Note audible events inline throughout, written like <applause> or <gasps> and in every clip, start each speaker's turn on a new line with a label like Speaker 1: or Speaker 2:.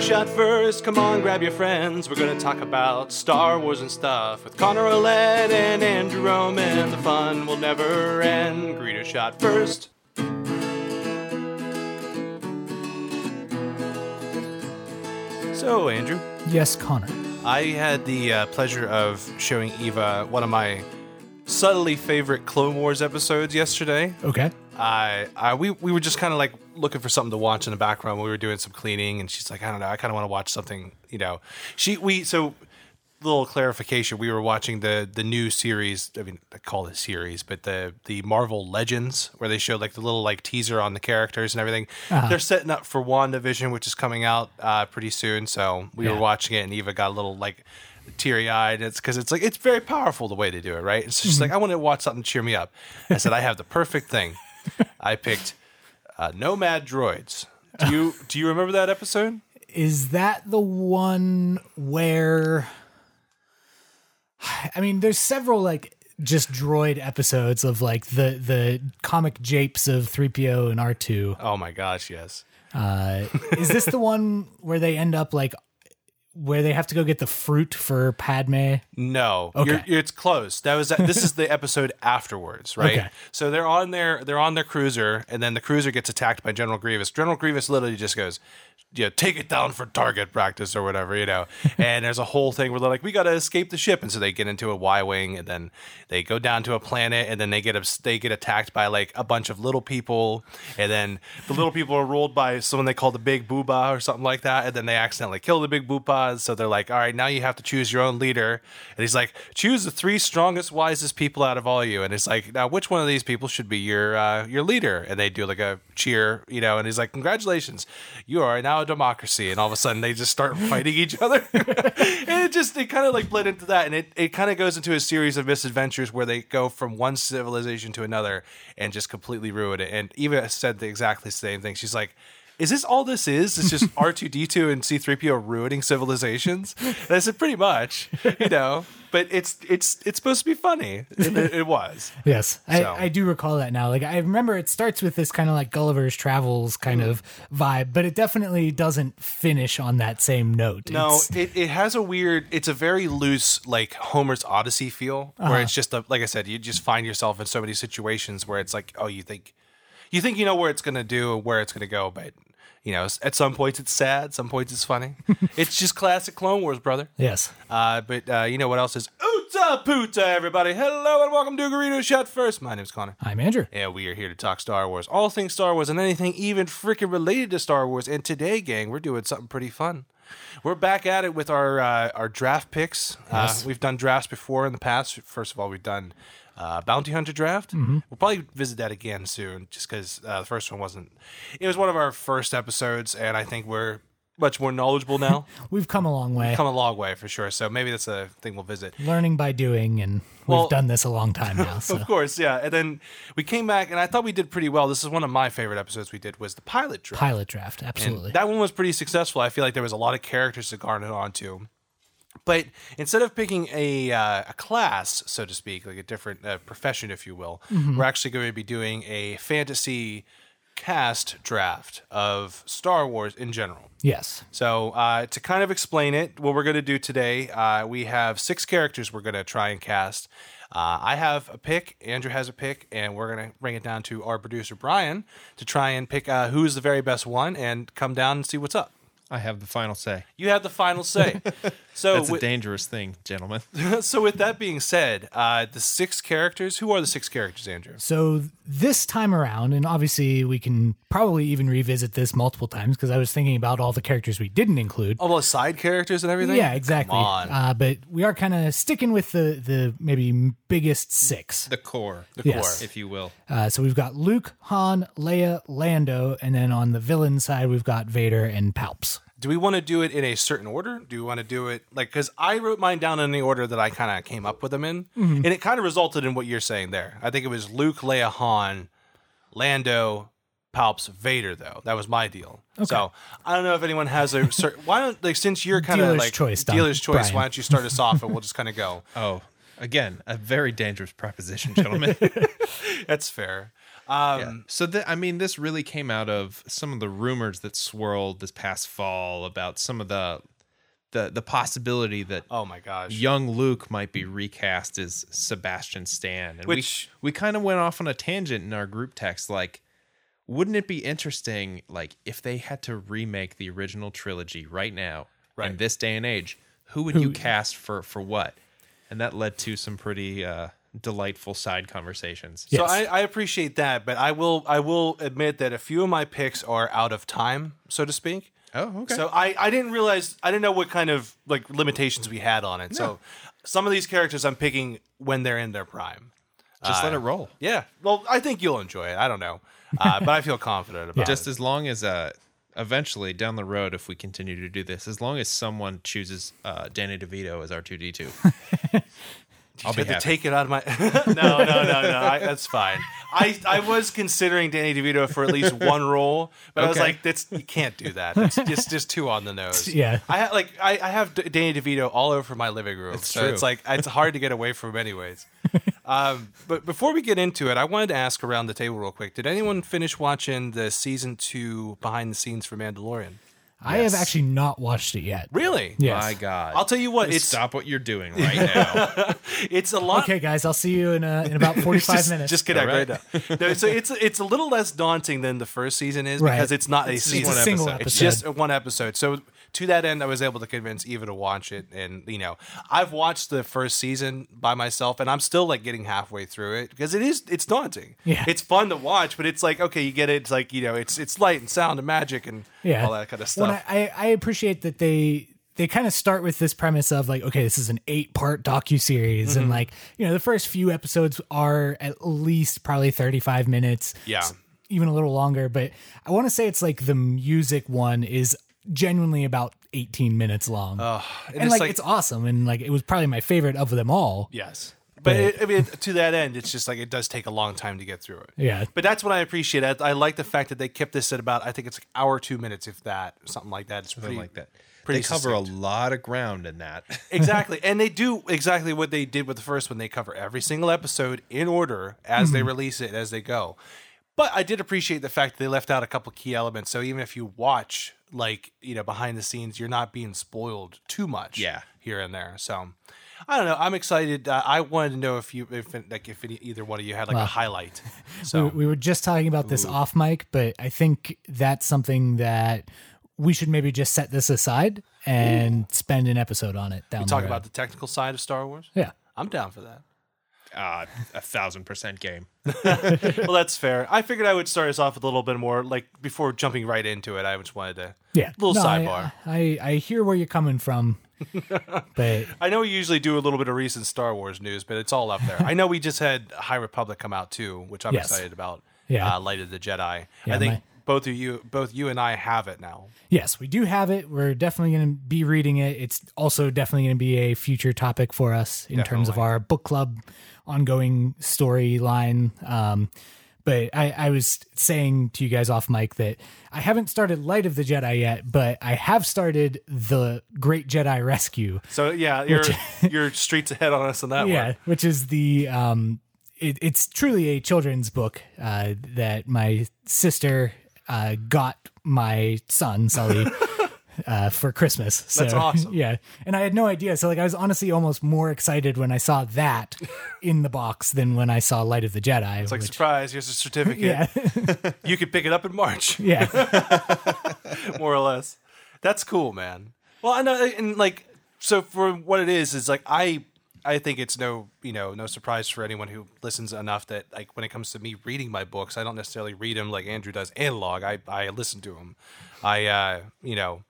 Speaker 1: shot first. Come on, grab your friends. We're gonna talk about Star Wars and stuff with Connor Olette and Andrew Roman. The fun will never end. Greeter shot first. So, Andrew,
Speaker 2: Yes, Connor.
Speaker 1: I had the uh, pleasure of showing Eva one of my subtly favorite Clone Wars episodes yesterday.
Speaker 2: Okay.
Speaker 1: I, I we we were just kind of like looking for something to watch in the background. We were doing some cleaning, and she's like, I don't know, I kind of want to watch something. You know, she we so little clarification. We were watching the the new series. I mean, I call it series, but the the Marvel Legends, where they showed like the little like teaser on the characters and everything. They're setting up for WandaVision, which is coming out uh, pretty soon. So we were
Speaker 2: Yeah.
Speaker 1: watching it, and Eva got a little like teary eyed. It's because it's like it's very powerful the way they do it, right? And so she's like, I want to watch something to cheer me up. I said, I have the perfect thing. I picked uh, Nomad Droids. Do you do you remember that episode?
Speaker 2: Is that the one where I mean there's several like just droid episodes of like the the comic japes of 3PO and <laughs> R2.
Speaker 1: Oh my gosh, yes.
Speaker 2: Uh is this the one where they end up like where they have to go get the fruit for Padme?
Speaker 1: No,
Speaker 2: Okay.
Speaker 1: you're, you're- it's close. That was this is the episode afterwards, right?
Speaker 2: Okay.
Speaker 1: So they're on their they're on their cruiser, and then the cruiser gets attacked by General Grievous. General Grievous literally just goes, "Yeah, take it down for target practice or whatever," you know. and there's a whole thing where they're like, "We got to escape the ship," and so they get into a Y wing, and then they go down to a planet, and then they get abs- they get attacked by like a bunch of little people, and then the little people are ruled by someone they call the Big Booba or something like that, and then they accidentally kill the Big Booba, and so they're like, "All right, now you have to choose your own leader," and he's like, "Choose the three strongest, wisest people out of all you," and it's like, "Now uh, which one of these people should be your uh, your leader?" And they do like a cheer, you know, and he's like, "Congratulations, you are now a democracy," and all of a sudden they just start fighting each other. <laughs> and it just it kind of like bled into that and it, it kind of goes into a series of misadventures where they go from one civilization to another and just completely ruin it and eva said the exactly same thing she's like is this all this is? It's just R2D2 and C3PO ruining civilizations? And I said, pretty much, you know. But it's it's it's supposed to be funny. And it, it was.
Speaker 2: Yes, I,
Speaker 1: So-
Speaker 2: I do recall that now. Like I remember, it starts with this kind of like Gulliver's Travels kind of vibe, but it definitely doesn't finish on that same note.
Speaker 1: No,
Speaker 2: It's-
Speaker 1: it, it has a weird. It's a very loose, like Homer's Odyssey feel, where it's just a, like I said, you just find yourself in so many situations where it's like, oh, you think, you think you know where it's gonna do and where it's gonna go, but you know, s- at some points it's sad, some points it's funny. it's just classic Clone Wars, brother.
Speaker 2: yes,
Speaker 1: Uh, but uh, you know what else is Oota Poota, everybody? Hello and welcome to Garito Shot First. My name's Connor.
Speaker 2: I'm Andrew.
Speaker 1: Yeah, we are here to talk Star Wars, all things Star Wars, and anything even freaking related to Star Wars. And today, gang, we're doing something pretty fun. We're back at it with our uh, our draft picks. Uh, we've done drafts before in the past. First of all, we've done uh, Bounty Hunter draft. We'll probably visit that again soon, just because uh, the first one wasn't. It was one of our first episodes, and I think we're much more knowledgeable now.
Speaker 2: We've come a long way,
Speaker 1: Come a long way for sure. So maybe that's a thing we'll visit.
Speaker 2: learning by doing, and we've
Speaker 1: Well-
Speaker 2: done this a long
Speaker 1: <laughs>
Speaker 2: time now. So
Speaker 1: Of course, yeah. And then we came back, and I thought we did pretty well. This is one of my favorite episodes we did was the pilot draft.
Speaker 2: pilot draft, absolutely.
Speaker 1: That one was pretty successful. I feel like there was a lot of characters to garner onto. But instead of picking a, uh, a class, so to speak, like a different uh, profession, if you will, we're actually going to be doing a fantasy cast draft of Star Wars in general.
Speaker 2: yes,
Speaker 1: So, uh, to kind of explain it, what we're going to do today, uh, we have six characters we're going to try and cast. Uh, I have a pick, Andrew has a pick, and we're going to bring it down to our producer, Brian, to try and pick uh, who's the very best one and come down and see what's up.
Speaker 3: I have the final say.
Speaker 1: You have the final
Speaker 2: <laughs>
Speaker 1: say. So,
Speaker 3: That's a
Speaker 1: with,
Speaker 3: dangerous thing, gentlemen.
Speaker 1: <laughs> so with that being said, uh, the six characters, who are the six characters, Andrew?
Speaker 2: So this time around, and obviously we can probably even revisit this multiple times because I was thinking about all the characters we didn't include.
Speaker 1: All those side characters and everything?
Speaker 2: Yeah, exactly.
Speaker 1: Oh, Come on.
Speaker 2: Uh, but we are kind of sticking with the the maybe biggest six.
Speaker 3: The core,
Speaker 1: <laughs>
Speaker 3: the
Speaker 2: Yes.
Speaker 3: if you will.
Speaker 2: Uh, so we've got Luke, Han, Leia, Lando, and then on the villain side we've got Vader and Palps.
Speaker 1: Do we want to do it in a certain order? Do we want to do it like because I wrote mine down in the order that I kind of came up with them in,
Speaker 2: Mm-hmm.
Speaker 1: and it kind of resulted in what you're saying there. I think it was Luke, Leia, Han, Lando, Palps, Vader. Though that was my deal. So I don't know if anyone has a certain. why don't like since you're kind of
Speaker 2: Dealer's
Speaker 1: like
Speaker 2: choice, Don-
Speaker 1: dealer's choice.
Speaker 2: Brian.
Speaker 1: Why don't you start us off and we'll just kind of
Speaker 2: <laughs>
Speaker 1: go.
Speaker 3: Oh, again, a very dangerous proposition, gentlemen.
Speaker 1: That's fair. Um,
Speaker 3: Yeah. So th- I mean, this really came out of some of the rumors that swirled this past fall about some of the the the possibility that
Speaker 1: Oh my gosh.
Speaker 3: young Luke might be recast as Sebastian Stan, and
Speaker 1: Which-
Speaker 3: we we kind of went off on a tangent in our group text, like. Wouldn't it be interesting, like, if they had to remake the original trilogy right now, in
Speaker 1: Right.
Speaker 3: this day and age, who would you cast for for what? And that led to some pretty uh, delightful side conversations.
Speaker 1: So
Speaker 2: Yes.
Speaker 1: I, I appreciate that, but I will I will admit that a few of my picks are out of time, so to speak.
Speaker 3: Oh, okay.
Speaker 1: So I, I didn't realize I didn't know what kind of like limitations we had on it. So some of these characters I'm picking when they're in their prime.
Speaker 3: Just
Speaker 1: uh,
Speaker 3: let it roll.
Speaker 1: Yeah. Well, I think you'll enjoy it. I don't know, uh, but I feel confident about
Speaker 3: just
Speaker 1: it.
Speaker 3: as long as uh eventually down the road if we continue to do this as long as someone chooses uh danny devito
Speaker 1: <laughs>
Speaker 3: as r2d2 i'll
Speaker 1: You
Speaker 3: be
Speaker 1: had to
Speaker 3: happy
Speaker 1: take it out of my. <laughs> no, no, no, no. I, that's fine. I, I was considering Danny DeVito for at least one role, but I was
Speaker 3: Okay.
Speaker 1: like, that's you can't do that. It's just just too on the <laughs> nose.
Speaker 2: Yeah.
Speaker 1: I ha- like I, I have D- Danny DeVito all over my living room, so
Speaker 3: true.
Speaker 1: it's like it's hard to get away from, <laughs> anyways. um, but before we get into it, I wanted to ask around the table real quick. Did anyone finish watching the season two behind the scenes for Mandalorian?
Speaker 2: I have actually not watched it yet.
Speaker 1: Really?
Speaker 2: Yes.
Speaker 3: my god
Speaker 1: I'll tell you what.
Speaker 3: Please
Speaker 1: It's
Speaker 3: stop what
Speaker 1: <laughs>
Speaker 3: you're doing right now
Speaker 1: it's a lot.
Speaker 2: Okay, guys, I'll see you in uh, in
Speaker 1: <laughs>
Speaker 2: about forty five
Speaker 1: just,
Speaker 2: minutes.
Speaker 1: Just connect
Speaker 3: All
Speaker 1: right.
Speaker 3: right.
Speaker 1: now. No, so it's it's a little less daunting than the first season is
Speaker 2: Right.
Speaker 1: because it's not a
Speaker 2: It's
Speaker 1: season.
Speaker 2: just a single episode.
Speaker 1: It's just one episode. So to that end, I was able to convince Eva to watch it, and you know, I've watched the first season by myself, and I'm still like getting halfway through it because it is it's daunting.
Speaker 2: Yeah.
Speaker 1: it's fun to watch, but it's like okay, you get it. It's like you know, it's it's light and sound and magic and all that kind of stuff.
Speaker 2: When I, I, I appreciate that they they kind of start with this premise of like, okay, this is an eight part docu series,
Speaker 1: Mm-hmm.
Speaker 2: and like you know the first few episodes are at least probably thirty five minutes.
Speaker 1: Yeah.
Speaker 2: s- even a little longer. But I want to say it's like the music one is genuinely about eighteen minutes long, and,
Speaker 1: it's
Speaker 2: like,
Speaker 1: like-
Speaker 2: it's awesome, and like it was probably my favorite of them all.
Speaker 1: Yes. But it, I mean, to that end, it's just like it does take a long time to get through it.
Speaker 2: Yeah.
Speaker 1: But that's what I appreciate. I, I like the fact that they kept this at about I think it's like hour two minutes, if that, something like that. It's pretty
Speaker 3: Something like that
Speaker 1: Pretty
Speaker 3: they cover a lot of ground in that <laughs>
Speaker 1: exactly, and they do exactly what they did with the first one. They cover every single episode in order as
Speaker 2: Mm-hmm.
Speaker 1: they release it as they go. But I did appreciate the fact that they left out a couple key elements. So even if you watch like you know behind the scenes, you're not being spoiled too much.
Speaker 3: Yeah.
Speaker 1: here and there. So. I don't know. I'm excited. Uh, I wanted to know if you, if like, if any, either one of you had like a
Speaker 2: <laughs>
Speaker 1: highlight. So
Speaker 2: We were just talking about this off mic, but I think that's something that we should maybe just set this aside and spend an episode on it down the
Speaker 1: talk
Speaker 2: road.
Speaker 1: about the technical side of Star Wars.
Speaker 2: yeah.
Speaker 1: I'm down for
Speaker 2: <laughs>
Speaker 1: that.
Speaker 3: uh, a thousand percent game
Speaker 1: well, that's fair. I figured I would start us off with a little bit more, like before jumping right into it. I just wanted to,
Speaker 2: Yeah.
Speaker 1: little
Speaker 2: No, I-
Speaker 1: sidebar.
Speaker 2: I, I, hear where you're
Speaker 1: <laughs>
Speaker 2: coming from, but
Speaker 1: I know we usually do a little bit of recent Star Wars news, but it's all up there.
Speaker 2: <laughs>
Speaker 1: I know we just had High Republic come out too, which I'm
Speaker 2: Yes.
Speaker 1: excited about.
Speaker 2: Yeah.
Speaker 1: uh, Light of the Jedi.
Speaker 2: Yeah,
Speaker 1: I think
Speaker 2: my-
Speaker 1: both of you, both you and I, have it now.
Speaker 2: yes, we do have it. We're definitely going to be reading it. It's also definitely going to be a future topic for us in terms of our book club ongoing storyline. Um, but I, I was saying to you guys off mic that I haven't started Light of the Jedi yet, but I have started the Great Jedi Rescue.
Speaker 1: So yeah, you're
Speaker 2: <laughs>
Speaker 1: you're streets ahead on us on that
Speaker 2: yeah,
Speaker 1: one.
Speaker 2: which is the um, it, it's truly a children's book uh, that my sister uh, got my
Speaker 1: <laughs>
Speaker 2: son Sully. Uh, for Christmas, so,
Speaker 1: That's awesome.
Speaker 2: <laughs> Yeah, and I had no idea. So, like, I was honestly almost more excited when I
Speaker 1: <laughs>
Speaker 2: saw that in the box than when I saw Light of the Jedi.
Speaker 1: It's like
Speaker 2: which-
Speaker 1: surprise. Here's a certificate.
Speaker 2: <laughs> yeah,
Speaker 1: You could pick it up in March. <laughs>
Speaker 2: yeah,
Speaker 1: more or less. That's cool, man. Well, I know, and like, so for what it is, is like I, I think it's no, you know, no surprise for anyone who listens enough that like when it comes to me reading my books, I don't necessarily read them like Andrew does analog. I I listen to them. I, uh, you know,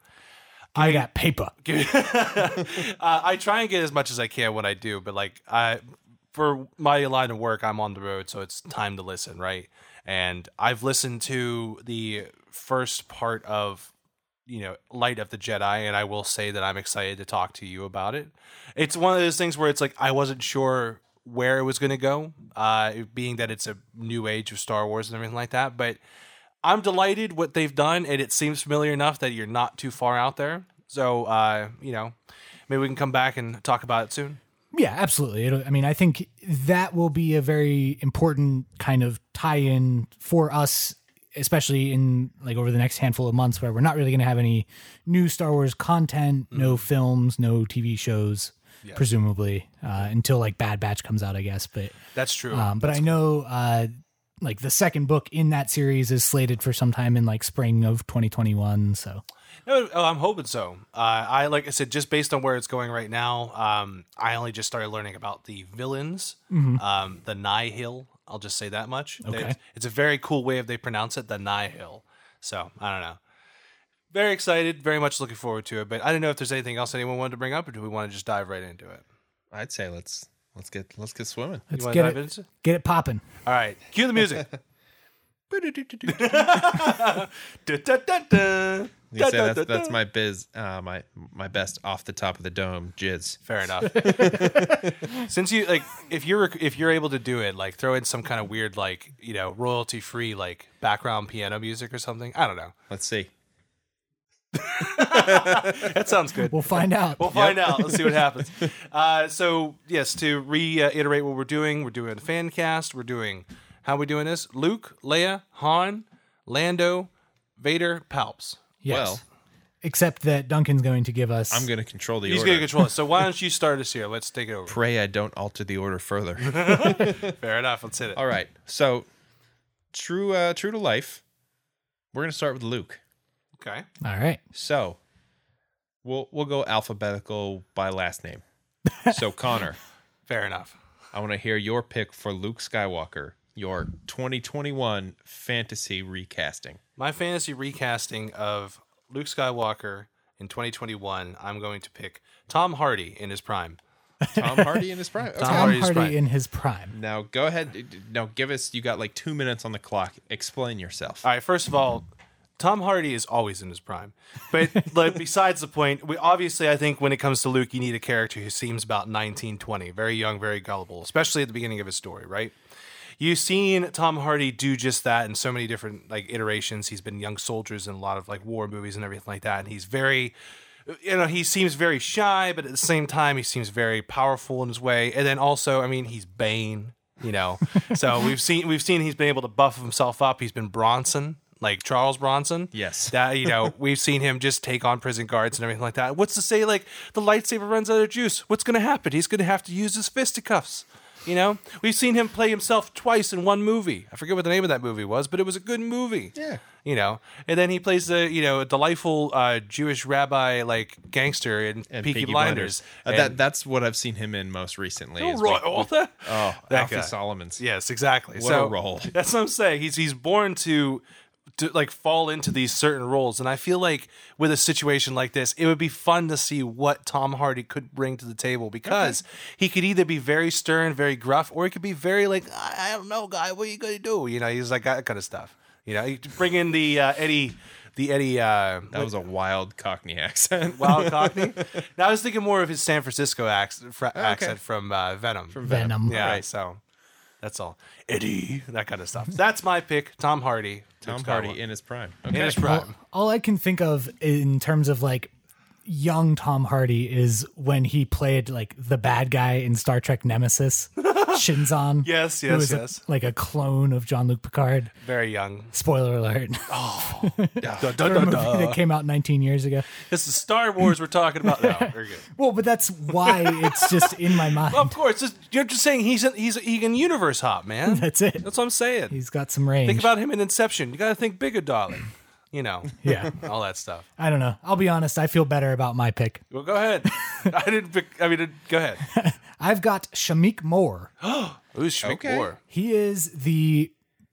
Speaker 2: I got paper.
Speaker 1: uh, I try and get as much as I can when I do, but like I for my line of work, I'm on the road, so it's time to listen, right? And I've listened to the first part of you know Light of the Jedi, and I will say that I'm excited to talk to you about it. It's one of those things where it's like I wasn't sure where it was going to go, uh, being that it's a new age of Star Wars and everything like that, but. I'm delighted what they've done, and it seems familiar enough that you're not too far out there. So, uh, you know, maybe we can come back and talk about it soon.
Speaker 2: Yeah, absolutely. It'll, I mean, I think that will be a very important kind of tie-in for us, especially in like over the next handful of months, where we're not really going to have any new Star Wars content,
Speaker 1: Mm-hmm.
Speaker 2: no films, no TV shows, presumably uh, until like Bad Batch comes out, I guess. But
Speaker 1: That's true.
Speaker 2: um, but I know uh, like the second book in that series is slated for sometime in like spring of 2021. So
Speaker 1: No, oh, I'm hoping so. Uh, I like I said, just based on where it's going right now, um, I only just started learning about the villains, um, the Nihil. I'll just say that much. They-
Speaker 2: Mm-hmm. Okay.
Speaker 1: it's a very cool way of they pronounce it, the Nihil. So I don't know. Very excited, very much looking forward to it. But I don't know if there's anything else anyone wanted to bring up, or do we want to just dive right into it?
Speaker 3: I'd say let's let's get let's
Speaker 1: <laughs>
Speaker 3: get swimming.
Speaker 1: You
Speaker 2: let's
Speaker 1: wanna
Speaker 2: get
Speaker 1: dive
Speaker 2: it,
Speaker 1: into it?
Speaker 2: get it popping.
Speaker 1: All right, cue the music. Dun-dun-dun-dun.
Speaker 3: You say that's,
Speaker 1: Dun-dun-dun-dun.
Speaker 3: that's my biz, uh, my my best off the top of the dome jizz.
Speaker 1: Fair enough. Since you like, if you're if you're able to do it, like throw in some kind of weird, like you know, royalty free like background piano music or something. I don't know.
Speaker 3: Let's see.
Speaker 1: That sounds good.
Speaker 2: We'll find out.
Speaker 1: We'll find out. Let's see what happens. Uh, so yes, to reiterate what we're doing, we're doing a fan cast. We're doing how are we doing this? Luke, Leia, Han, Lando, Vader, Palps.
Speaker 2: yes.
Speaker 3: Well,
Speaker 2: Except that Duncan's going to give us.
Speaker 3: I'm gonna control the
Speaker 1: He's
Speaker 3: order.
Speaker 1: gonna control it. So why don't you start us here? Let's take it over.
Speaker 3: Pray I don't alter the
Speaker 1: <laughs>
Speaker 3: order further.
Speaker 1: Fair enough. Let's hit it.
Speaker 3: All right. So true uh true to life, we're gonna start with Luke.
Speaker 1: Okay.
Speaker 2: All right.
Speaker 3: So we'll we'll go alphabetical by last name. So Connor,
Speaker 1: Fair enough.
Speaker 3: I want to hear your pick for Luke Skywalker, your 2021 fantasy recasting.
Speaker 1: My fantasy recasting of Luke Skywalker in 2021, I'm going to pick Tom Hardy in his prime.
Speaker 3: Tom Hardy in his prime. Okay.
Speaker 1: Tom
Speaker 2: Tom
Speaker 1: Hardy's
Speaker 2: Hardy
Speaker 1: prime.
Speaker 2: in his prime.
Speaker 3: Now go ahead. Now give us. You got like two minutes on the clock. Explain yourself.
Speaker 1: All right, first of all, Tom Hardy is always in his prime. But like, besides the point, we obviously I think when it comes to Luke, you need a character who seems about 19, 20, very young, very gullible, especially at the beginning of his story, right? You've seen Tom Hardy do just that in so many different like iterations. He's been young soldiers in a lot of like war movies and everything like that, and he's very you know, he seems very shy, but at the same time, he seems very powerful in his way. And then also, I mean, he's Bane, you know. so we've seen we've seen he's been able to buff himself up. He's been Bronson, like Charles Bronson.
Speaker 3: Yes.
Speaker 1: that you
Speaker 3: <laughs>
Speaker 1: know, we've seen him just take on prison guards and everything like that. What's to say, like the lightsaber runs out of juice? What's going to happen? He's going to have to use his fisticuffs. You know, we've seen him play himself twice in one movie. I forget what the name of that movie was, but it was a good movie
Speaker 3: Yeah.
Speaker 1: you know. And then he plays the you know delightful uh, Jewish rabbi like gangster in
Speaker 3: And
Speaker 1: Peaky,
Speaker 3: Peaky
Speaker 1: Blinders.
Speaker 3: Uh, that that's what I've seen him in most recently.
Speaker 1: And-
Speaker 3: <laughs> is
Speaker 1: Roy
Speaker 3: like-
Speaker 1: Arthur.
Speaker 3: oh,
Speaker 1: That
Speaker 3: Alfie
Speaker 1: guy.
Speaker 3: Solomon's.
Speaker 1: Yes, exactly.
Speaker 3: What a
Speaker 1: so
Speaker 3: role.
Speaker 1: <laughs> that's what I'm saying. He's he's born to to like fall into these certain roles, and I feel like with a situation like this, it would be fun to see what Tom Hardy could bring to the table because he could either be very stern, very gruff, or he could be very like I, I don't know, guy, what are you gonna do? You know, he's like that kind of stuff. You know, you could bring in the uh, Eddie, the Eddie. Uh,
Speaker 3: That was a wild Cockney <laughs> accent.
Speaker 1: Wild Cockney. no, I was thinking more of his San Francisco accent, fr- accent from uh, Venom.
Speaker 2: Venom.
Speaker 1: Yeah, so that's all. Eddie, that kind of stuff. That's my pick. Tom Hardy.
Speaker 3: Tom
Speaker 1: Luke
Speaker 3: Hardy
Speaker 1: Skywalker.
Speaker 3: in his prime.
Speaker 1: in
Speaker 3: Okay.
Speaker 1: his prime.
Speaker 2: All I can think of in terms of like young Tom Hardy is when he played like the bad guy in Star
Speaker 1: <laughs>
Speaker 2: Trek Nemesis, Shinzon.
Speaker 1: Yes,
Speaker 2: who
Speaker 1: yes,
Speaker 2: was a-
Speaker 1: yes.
Speaker 2: like a clone of John Luke Picard.
Speaker 1: Very young.
Speaker 2: Spoiler alert. <laughs>
Speaker 1: Duh, duh,
Speaker 2: For a
Speaker 1: duh,
Speaker 2: movie
Speaker 1: duh.
Speaker 2: that came out 19 years ago.
Speaker 1: <laughs> This is Star Wars we're talking about. No, very good.
Speaker 2: Well, but that's why it's just in my
Speaker 1: Of
Speaker 2: mind.
Speaker 1: course, this- you're just saying he's a, he's a, he can universe hop, man.
Speaker 2: That's it.
Speaker 1: That's what I'm saying.
Speaker 2: He's got some range.
Speaker 1: think about him in Inception. You got to think bigger, darling. You know, <laughs>
Speaker 2: yeah.
Speaker 1: all that stuff.
Speaker 2: I don't know. I'll be honest. I feel better about my pick.
Speaker 1: Well, go ahead. <laughs> I didn't. Pick, I mean, go ahead.
Speaker 2: I've got Shamik Moore.
Speaker 1: Who's Schmick
Speaker 3: Okay.
Speaker 1: Moore?
Speaker 2: He is the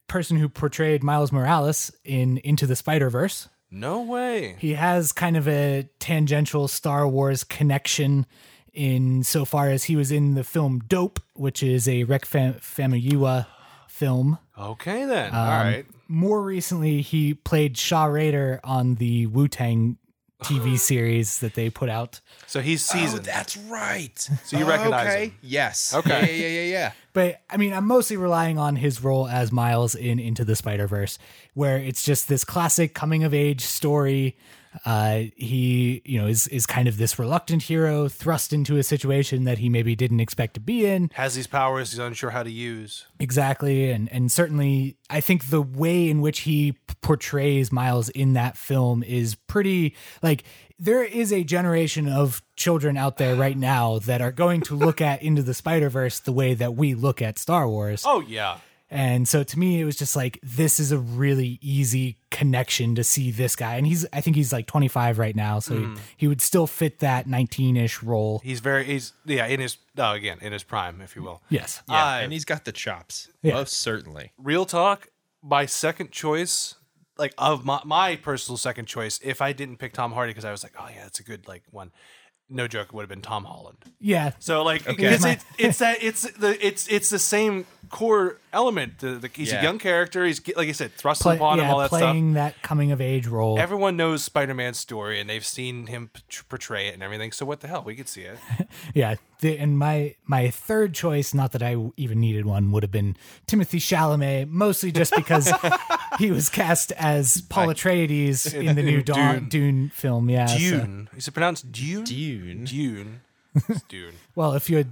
Speaker 2: person who portrayed Miles Morales in Into the Spider Verse.
Speaker 1: No way.
Speaker 2: He has kind of a tangential Star Wars connection in so far as he was in the film Dope, which is a Rec Fam- Famuyiwa film.
Speaker 1: Okay then. All
Speaker 2: Um,
Speaker 1: right.
Speaker 2: More recently, he played Shaw Raider on the Wu Tang TV series that they put out.
Speaker 1: So he's
Speaker 3: Oh,
Speaker 1: seasoned.
Speaker 3: that's right.
Speaker 1: So you recognize
Speaker 3: okay.
Speaker 1: him.
Speaker 3: Yes.
Speaker 1: Okay.
Speaker 3: Yeah, yeah, yeah, yeah.
Speaker 2: But I mean, I'm mostly relying on his role as Miles in Into the Spider Verse, where it's just this classic coming of age story Uh, he, you know, is is kind of this reluctant hero thrust into a situation that he maybe didn't expect to be in.
Speaker 1: Has these powers he's unsure how to use.
Speaker 2: Exactly, and and certainly, I think the way in which he p- portrays Miles in that film is pretty like there is a generation of children out there right now that are going to look at into the Spider Verse the way that we look at Star Wars.
Speaker 1: Oh yeah.
Speaker 2: And so to me, it was just like, this is a really easy connection to see this guy. And he's, I think he's like 25 right now. So
Speaker 1: Hmm.
Speaker 2: he, he would still fit that 19 ish role.
Speaker 1: He's very he's yeah, in his no, again, in his prime, if you will.
Speaker 2: Yes.
Speaker 3: Yeah,
Speaker 1: I-
Speaker 3: and he's got the chops.
Speaker 2: Yeah.
Speaker 3: Most certainly.
Speaker 1: Real talk, my second choice like of my, my personal second choice, if I didn't pick Tom Hardy because I was like, oh yeah, that's a good like one. No joke, it would have been Tom Holland.
Speaker 2: Yeah.
Speaker 1: So like,
Speaker 3: Okay.
Speaker 1: because <laughs> it, it's that it's the it's it's the same core element. The, the, he's
Speaker 3: Yeah.
Speaker 1: a young character. He's like I said, thrust
Speaker 2: Play-
Speaker 1: upon him
Speaker 2: yeah,
Speaker 1: all that stuff.
Speaker 2: playing that coming of
Speaker 1: <laughs>
Speaker 2: age role.
Speaker 1: Everyone knows Spider-Man's story, and they've seen him p- portray it and everything. So what the hell? We could see it.
Speaker 2: yeah. The, and my, my third choice, not that I even needed one, would have been Timothy Chalamet, mostly just because
Speaker 1: <laughs>
Speaker 2: he was cast as
Speaker 1: <laughs>
Speaker 2: Paul Atreides in the new
Speaker 1: Dune.
Speaker 2: Dawn, Dune film. Yeah. so-
Speaker 1: Dune. Is it pronounced Dune?
Speaker 3: Dune.
Speaker 1: Dune. It's Dune.
Speaker 2: Well, if you're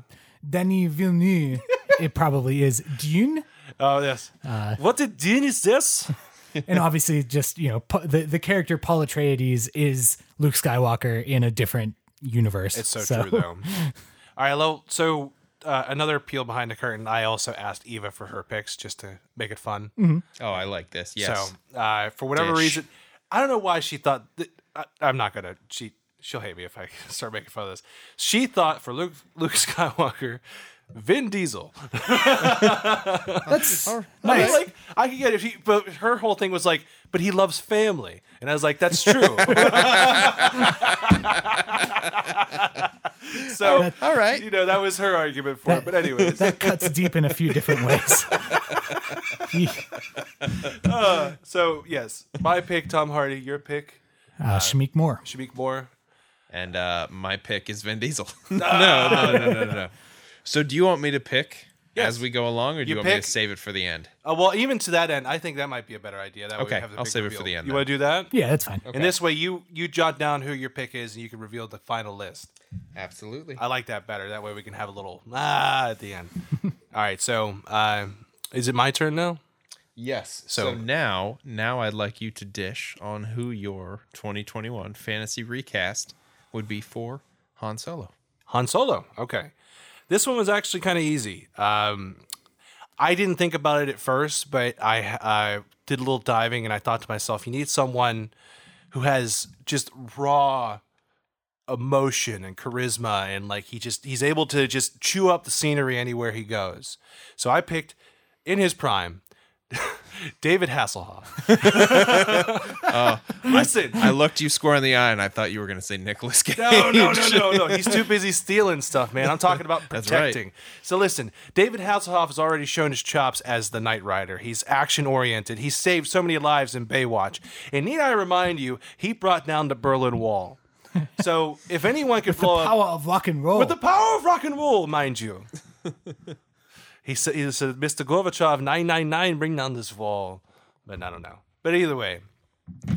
Speaker 2: Danny Villeneuve, it probably is Dune.
Speaker 1: <laughs> Oh yes. what the Dune is this?
Speaker 2: And obviously, just, you know, Pa- the, the character Paul Atreides is Luke Skywalker in a different universe.
Speaker 1: It's so, true though. All right, well, so uh, another peel behind the curtain. I also asked Eva for her picks just to make it fun.
Speaker 3: Oh, I like this. Yes.
Speaker 1: So uh, for whatever
Speaker 3: Dish.
Speaker 1: reason, I don't know why she thought. That, I, I'm not gonna. She she'll hate me if I <laughs> start making fun of this. She thought for Luke Luke <laughs> Skywalker, Vin Diesel.
Speaker 2: That's
Speaker 1: I
Speaker 2: <laughs> nice.
Speaker 1: was like I could get it. if He, but her whole thing was like, but he loves family, and I was like, that's
Speaker 3: <laughs>
Speaker 1: true. so
Speaker 3: All right.
Speaker 1: you know that was her argument for it. But anyways,
Speaker 3: <laughs>
Speaker 2: that cuts deep in a few different ways. <laughs> Ye-
Speaker 1: so yes, my pick Tom Hardy, your pick
Speaker 2: uh, Shamik Moore.
Speaker 1: Shamik Moore.
Speaker 3: And uh, my pick is Vin Diesel. <laughs> no, no, no, no, no, no. So, do you want me to pick
Speaker 1: Yes.
Speaker 3: as we go along, or do you,
Speaker 1: You
Speaker 3: want me
Speaker 1: pick.
Speaker 3: to save it for the end?
Speaker 1: Uh, well, even to that end, I think that might be a better idea. That way we
Speaker 3: Okay,
Speaker 1: have the
Speaker 3: I'll
Speaker 1: big
Speaker 3: save it
Speaker 1: reveal.
Speaker 3: for the end
Speaker 1: You
Speaker 3: then.
Speaker 1: want to do that?
Speaker 2: Yeah, that's fine.
Speaker 1: And this way, you you jot down who your pick is, and you can reveal the final list.
Speaker 3: Absolutely.
Speaker 1: I like that better. That way, we can have a little ah at the end. All right. So, uh, is it my turn now?
Speaker 3: yes.
Speaker 1: So-
Speaker 3: So, now, now I'd like you to dish on who your 2021 fantasy recast would be for Han Solo.
Speaker 1: Han Solo. Okay. This one was actually kind of easy. Um, I didn't think about it at first, but I I did a little diving and I thought to myself, you need someone who has just raw emotion and charisma and like he just he's able to just chew up the scenery anywhere he goes. So I picked in his prime <laughs> David Hasselhoff. <laughs> Listen,
Speaker 3: I looked you square in the eye, and I thought you were going to say Nicholas Cage.
Speaker 1: no,
Speaker 3: <laughs>
Speaker 1: no, no, no, no. He's too busy stealing stuff, man. I'm talking about
Speaker 3: right.
Speaker 1: protecting. So listen, David Hasselhoff has already shown his chops as the Knight Rider. He's action oriented. He saved so many lives in Baywatch. And need I remind you, he brought down the Berlin Wall. So if anyone could blow up
Speaker 2: Power of rock and roll.
Speaker 1: with the power of rock and roll, mind you. he said, he said, Mr. Gorbachev, 999, bring down this wall. But I don't know. But either way.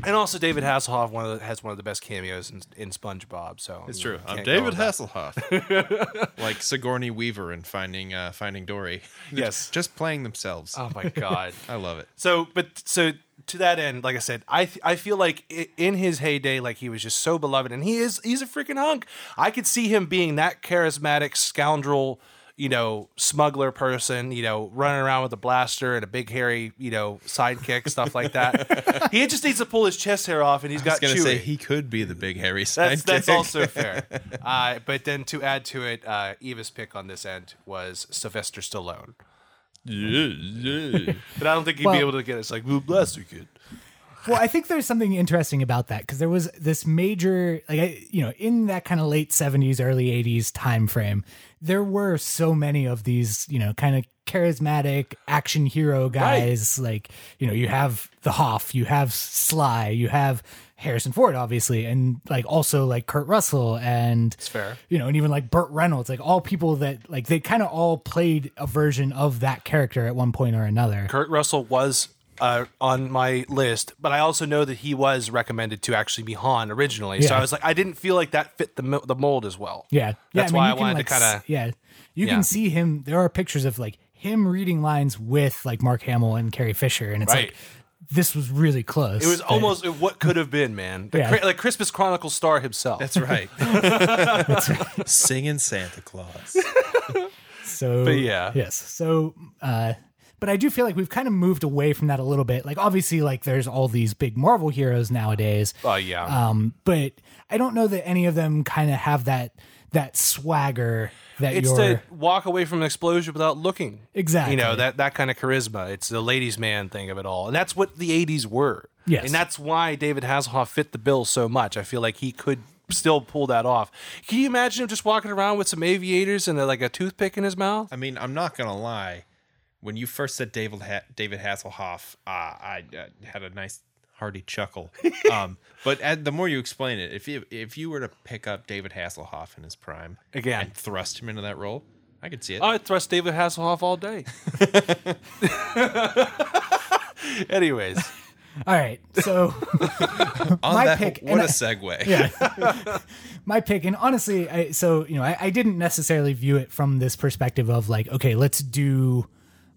Speaker 1: And also, David Hasselhoff one of the, has one of the best cameos in, in SpongeBob. So
Speaker 3: It's true. I'm
Speaker 1: can't go
Speaker 3: David
Speaker 1: wrong. <laughs>
Speaker 3: Hasselhoff, like Sigourney Weaver in Finding uh, Finding Dory. <laughs>
Speaker 1: Yes.
Speaker 3: just playing themselves.
Speaker 1: Oh my
Speaker 3: <laughs>
Speaker 1: god.
Speaker 3: I love it.
Speaker 1: so, but so to that end, like I said, I th- I feel like i- in his heyday, like he was just so beloved, and he is he's a freaking hunk. I could see him being that charismatic scoundrel, you know, smuggler person, you know, running around with a blaster and a big hairy, you know, sidekick stuff like
Speaker 3: <laughs>
Speaker 1: that. he just needs to pull his chest hair off, and he's
Speaker 3: I was
Speaker 1: got
Speaker 3: gonna
Speaker 1: Chewie.
Speaker 3: say he could be the big hairy
Speaker 1: That's
Speaker 3: sidekick.
Speaker 1: that's <laughs> also fair. Uh, but then to add to it, uh, Eva's pick on this end was Sylvester Stallone. But I don't think he'd be
Speaker 2: Well-
Speaker 1: able to get it. It's like, well, bless you, kid.
Speaker 2: well, I think there's something interesting about that because there was this major, like, I, you know, in that kind of late 70s, early 80s time frame, there were so many of these, you know, kind of charismatic action hero guys. Like, you know, you have the Hoff, you have Sly, you have Harrison Ford, obviously, and like also like Kurt Russell and
Speaker 1: It's fair.
Speaker 2: you know, and even like Burt Reynolds, like all people that like they kind of all played a version of that character at one point or another.
Speaker 1: Kurt Russell was uh, on my list, but I also know that he was recommended to actually be Han originally. So
Speaker 2: Yeah.
Speaker 1: I was like, I didn't feel like that fit the mo- the mold as well.
Speaker 2: Yeah, yeah.
Speaker 1: That's
Speaker 2: I mean,
Speaker 1: why
Speaker 2: you
Speaker 1: I
Speaker 2: can,
Speaker 1: wanted
Speaker 2: like,
Speaker 1: to kinda-
Speaker 2: s- Yeah, you
Speaker 1: Yeah.
Speaker 2: can see him. There are pictures of like him reading lines with like Mark Hamill and Carrie Fisher, and it's
Speaker 1: Right.
Speaker 2: like this was really close.
Speaker 1: It was
Speaker 2: but
Speaker 1: almost what could have been, man. The
Speaker 2: Yeah.
Speaker 1: cri- like Christmas Chronicle star himself. <laughs>
Speaker 3: That's right. <laughs> Singing Santa Claus.
Speaker 2: so.
Speaker 1: but yeah.
Speaker 2: Yes. So, uh, but I do feel like we've kind of moved away from that a little bit. Like obviously, like there's all these big Marvel heroes nowadays.
Speaker 1: Oh yeah.
Speaker 2: Um, but I don't know that any of them kind of have that that swagger that
Speaker 1: it's
Speaker 2: you're
Speaker 1: to walk away from an explosion without looking.
Speaker 2: Exactly.
Speaker 1: You know, that that kind of charisma. It's the ladies' man thing of it all. And that's what the eighties were.
Speaker 2: Yes.
Speaker 1: And that's why David Hasselhoff fit the bill so much. I feel like he could still pull that off. Can you imagine him just walking around with some aviators and uh, like a toothpick in his mouth?
Speaker 3: I mean, I'm not gonna lie. When you first said David ha- David Hasselhoff, uh, I uh, had a nice hearty
Speaker 1: <laughs>
Speaker 3: chuckle. Um, but at, the more you explain it, if you if you were to pick up David Hasselhoff in his prime
Speaker 1: Again. Uh,
Speaker 3: and thrust him into that role, I could see it.
Speaker 1: I'd thrust David Hasselhoff all day. <laughs> Anyways,
Speaker 2: all right.
Speaker 1: <laughs>
Speaker 2: So.
Speaker 3: On
Speaker 2: my
Speaker 3: that,
Speaker 2: pick,
Speaker 3: what
Speaker 2: and
Speaker 3: a
Speaker 2: I-
Speaker 3: segue.
Speaker 2: my pick and honestly I, so you know I, I didn't necessarily view it from this perspective of like okay let's do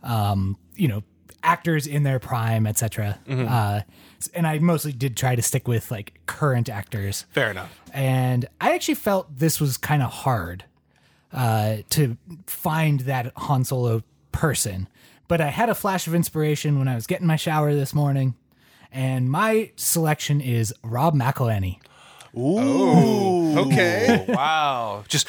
Speaker 2: um you know actors in their prime etc uh s- and i mostly did try to stick with like current actors
Speaker 1: fair
Speaker 2: <laughs>
Speaker 1: enough.
Speaker 2: and i actually felt this was kind of hard uh to find that han solo person but i had a flash of inspiration when i was getting my shower this morning and my selection is rob mcelhenney
Speaker 1: Ooh.
Speaker 3: <laughs> okay.
Speaker 1: Oh, wow. Just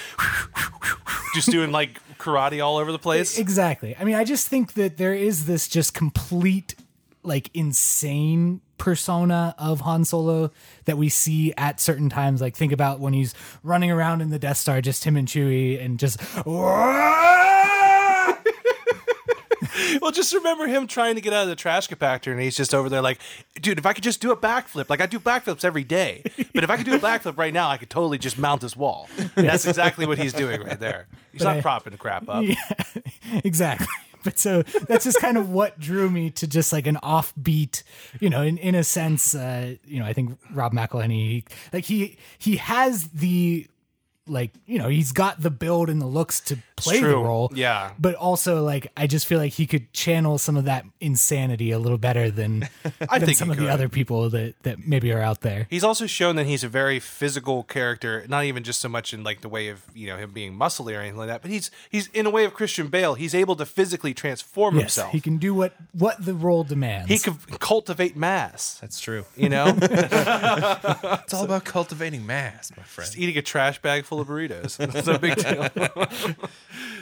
Speaker 1: <laughs> just doing like karate all over the place.
Speaker 2: Exactly. I mean, I just think that there is this just complete, like, insane persona of Han Solo that we see at certain times. Like, think about when he's running around in the Death Star, just him and Chewie, and just. <laughs>
Speaker 1: Well, just remember him trying to get out of the trash compactor, and he's just over there like, dude, if I could just do a backflip, like I do backflips every day, but if I could do a backflip right now, I could totally just mount this wall. And that's exactly what he's doing right there. He's not
Speaker 2: I-
Speaker 1: propping crap up.
Speaker 2: <laughs> exactly. <laughs> But so that's just kind of what drew me to just like an offbeat, you know, in, in a sense, uh, you know, I think Rob McElhenney, like he, he has the, like, you know, he's got the build and the looks to play the
Speaker 1: true.
Speaker 2: role.
Speaker 1: Yeah.
Speaker 2: But also like, I just feel like he could channel some of that insanity a little better than,
Speaker 1: <laughs> I
Speaker 2: than
Speaker 1: think
Speaker 2: some
Speaker 1: he
Speaker 2: of the
Speaker 1: could.
Speaker 2: other people that, that maybe are out there.
Speaker 1: He's also shown that he's a very physical character, not even just so much in like the way of you know him being muscly or anything like that, but he's he's in a way of Christian Bale, he's able to physically transform
Speaker 2: Yes.
Speaker 1: himself.
Speaker 2: He
Speaker 1: He,
Speaker 2: can do what, what the role demands.
Speaker 1: can cultivate mass.
Speaker 3: That's true.
Speaker 1: You know,
Speaker 3: It's all about cultivating mass, my friend.
Speaker 1: eating a trash bag full of burritos. <laughs> It's no big deal.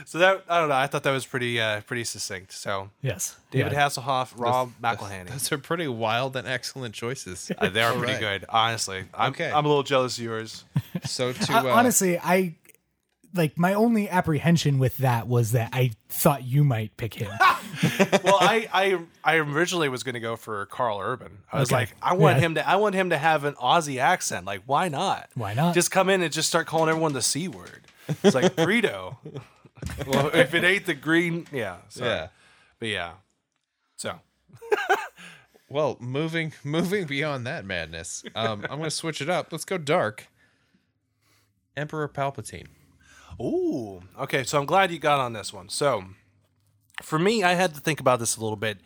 Speaker 1: so that I don't know. I thought that was pretty uh, pretty succinct. So
Speaker 2: yes.
Speaker 1: David
Speaker 2: Yeah.
Speaker 1: Hasselhoff, Rob McElhaney.
Speaker 3: Those are pretty wild and excellent choices.
Speaker 1: Uh, <laughs> they are pretty
Speaker 3: right.
Speaker 1: good, honestly. I'm,
Speaker 3: Okay.
Speaker 1: I'm a little jealous of
Speaker 2: <laughs>
Speaker 1: yours.
Speaker 3: So to
Speaker 2: I-
Speaker 3: uh,
Speaker 2: honestly, I like my only apprehension with that was that I thought you might pick him.
Speaker 1: well, I, I I originally was going to go for Carl Urban. I was
Speaker 2: Okay.
Speaker 1: like, I want
Speaker 2: Yeah.
Speaker 1: him to I want him to have an Aussie accent. Like, why not?
Speaker 2: Why not?
Speaker 1: Just come in and just start calling everyone the c word. It's like
Speaker 2: <laughs>
Speaker 1: burrito. well, if it ain't the green, yeah. So,
Speaker 3: yeah.
Speaker 1: But yeah. So
Speaker 3: Well, moving <laughs> moving beyond that madness, um, I'm gonna switch it up. Let's go dark. Emperor Palpatine.
Speaker 1: Ooh. Okay, so I'm glad you got on this one. So, for me, I had to think about this a little bit.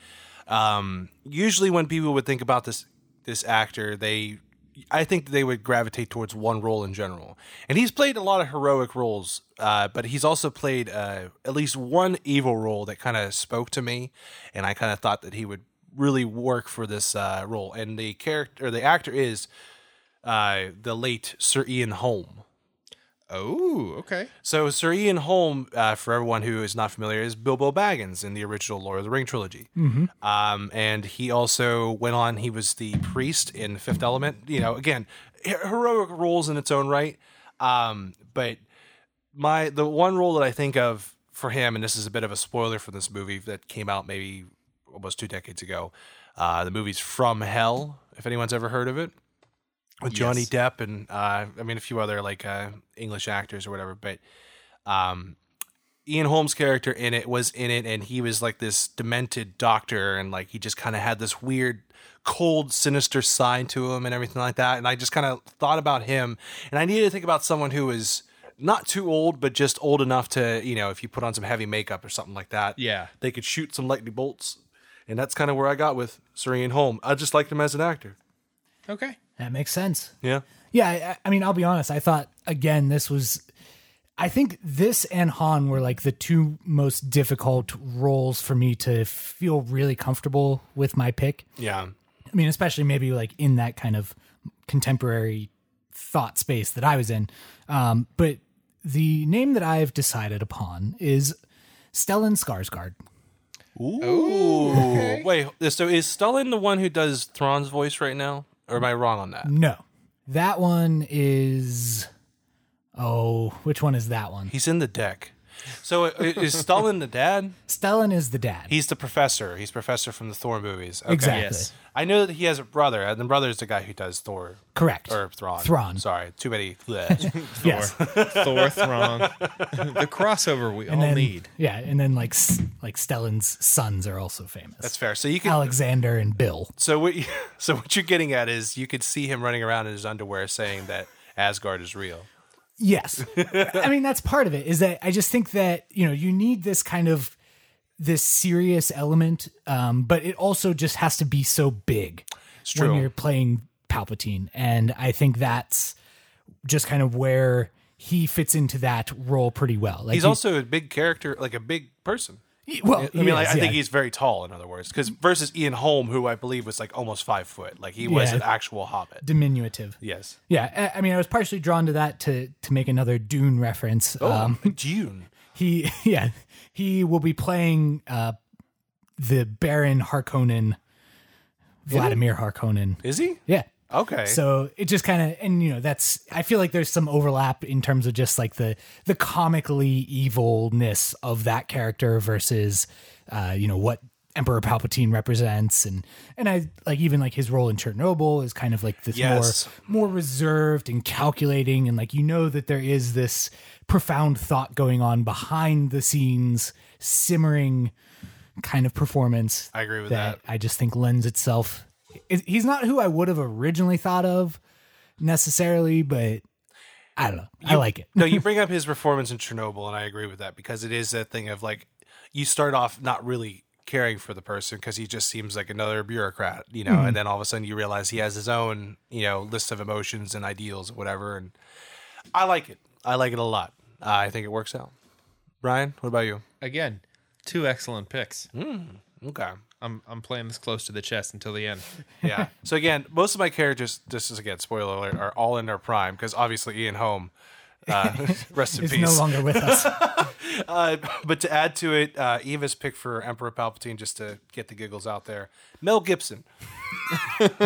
Speaker 1: Um, usually, when people would think about this this actor, they I think they would gravitate towards one role in general. And he's played a lot of heroic roles, uh, but he's also played uh, at least one evil role that kind of spoke to me, and I kind of thought that he would really work for this uh, role. And the character, or the actor, is uh, the late Sir Ian Holm.
Speaker 3: Oh, okay.
Speaker 1: So Sir Ian Holm, uh, for everyone who is not familiar, is Bilbo Baggins in the original Lord of the Ring trilogy. Um, and he also went on; he was the priest in Fifth Element. You know, again, he- heroic roles in its own right. Um, but my the one role that I think of for him, and this is a bit of a spoiler for this movie that came out maybe almost two decades ago. Uh, the movie's From Hell. If anyone's ever heard of it, with Johnny Depp and uh, I mean a few other like uh, English actors or whatever, but um, Ian Holmes' character in it was in it, and he was like this demented doctor, and like he just kind of had this weird, cold, sinister side to him, and everything like that. And I just kind of thought about him, and I needed to think about someone who was not too old, but just old enough to, you know, if you put on some heavy makeup or something like that,
Speaker 3: Yeah.
Speaker 1: they could shoot some lightning bolts. And that's kind of where I got with Sir Ian Holm. I just liked him as an actor.
Speaker 3: Okay.
Speaker 2: That makes sense.
Speaker 1: Yeah.
Speaker 2: Yeah, I, I mean, I'll be honest. I thought again, this was. I think this and Han were like the two most difficult roles for me to feel really comfortable with my pick.
Speaker 1: Yeah.
Speaker 2: I mean, especially maybe like in that kind of contemporary thought space that I was in. Um, but the name that I've decided upon is Stellan Skarsgård.
Speaker 1: Ooh, Wait, so is Stalin the one who does Thrawn's voice right now? Or am I wrong on that?
Speaker 2: No, that one is. Oh, which one is that one?
Speaker 1: He's in the deck. So uh, i- is
Speaker 2: <laughs>
Speaker 1: Stalin the dad?
Speaker 2: Stellan is the dad.
Speaker 1: He's the professor. He's professor from the Thor movies. Okay.
Speaker 2: exactly.
Speaker 3: Yes.
Speaker 1: I know that he has a brother, and the brother is the guy who does Thor
Speaker 2: Correct.
Speaker 1: or Thrawn.
Speaker 2: Thrawn.
Speaker 1: Sorry, too many. <laughs>
Speaker 2: Yes.
Speaker 3: Thor, Thrawn,
Speaker 2: <laughs>
Speaker 3: the crossover we
Speaker 1: <laughs>
Speaker 3: all
Speaker 2: And-
Speaker 3: need.
Speaker 2: Yeah, and then like s- like Stellan's sons are also famous.
Speaker 1: That's fair. So you can
Speaker 2: Alexander and Bill.
Speaker 1: So what? you- <laughs> So what you're getting at is you could see him running around in his underwear saying that Asgard is real. <laughs>
Speaker 2: Yes. I mean, that's part of it is that I just think that, you know, you need this kind of this serious element, um, but it also just has to be so big when
Speaker 1: true.
Speaker 2: you're playing Palpatine. And I think that's just kind of where he fits into that role pretty well. Like
Speaker 1: He's also a big character, like a big person.
Speaker 2: he- well,
Speaker 1: I mean, like, I think
Speaker 2: he's.
Speaker 1: he's very tall. In other words, because versus Ian Holm, who I believe was like almost five foot, like he was
Speaker 2: Yeah.
Speaker 1: an actual hobbit.
Speaker 2: diminutive.
Speaker 1: Yes.
Speaker 2: Yeah, I I mean, I was partially drawn to that to to make another Dune reference.
Speaker 1: Oh.
Speaker 2: Um,
Speaker 1: June.
Speaker 2: he, <laughs> yeah, he will be playing uh, the Baron Harkonnen, Vladimir Harkonnen.
Speaker 1: Is he?
Speaker 2: Yeah.
Speaker 1: Okay.
Speaker 2: So <laughs> it just kind of, and you know, that's. I feel like there's some overlap in terms of just like the the comically evilness of that character versus, uh, you know, what Emperor Palpatine represents, and and I like even like his role in Chernobyl is kind of like this
Speaker 1: Yes.
Speaker 2: more more reserved and calculating, and like you know that there is this profound thought going on behind the scenes, simmering kind of performance
Speaker 1: I agree with that.
Speaker 2: that I just think lends itself. it- He's not who I would have originally thought of necessarily, but I don't know. I like it.
Speaker 1: no, you bring up his performance in Chernobyl, and I agree with that because it is that thing of like you start off not really caring for the person because he just seems like another bureaucrat, you know,
Speaker 2: Mm-hmm.
Speaker 1: and then all of a sudden you realize he has his own, you know, list of emotions and ideals or whatever. And I like it. I like it a lot. I think it works out. Brian, what about you?
Speaker 3: Again, two excellent picks.
Speaker 2: Hmm?
Speaker 1: Okay.
Speaker 3: I'm I'm playing this close to the chest until the end.
Speaker 2: <laughs>
Speaker 1: yeah. So again, most of my characters, this is again spoiler alert, are all in their prime because obviously Ian Holm, uh, <laughs> rest in
Speaker 2: It's
Speaker 1: peace.
Speaker 2: no longer
Speaker 1: <laughs>
Speaker 2: with us.
Speaker 1: uh, but to add to it, uh, Eva's pick for Emperor Palpatine, just to get the giggles out there, Mel
Speaker 3: <laughs>
Speaker 1: Gibson.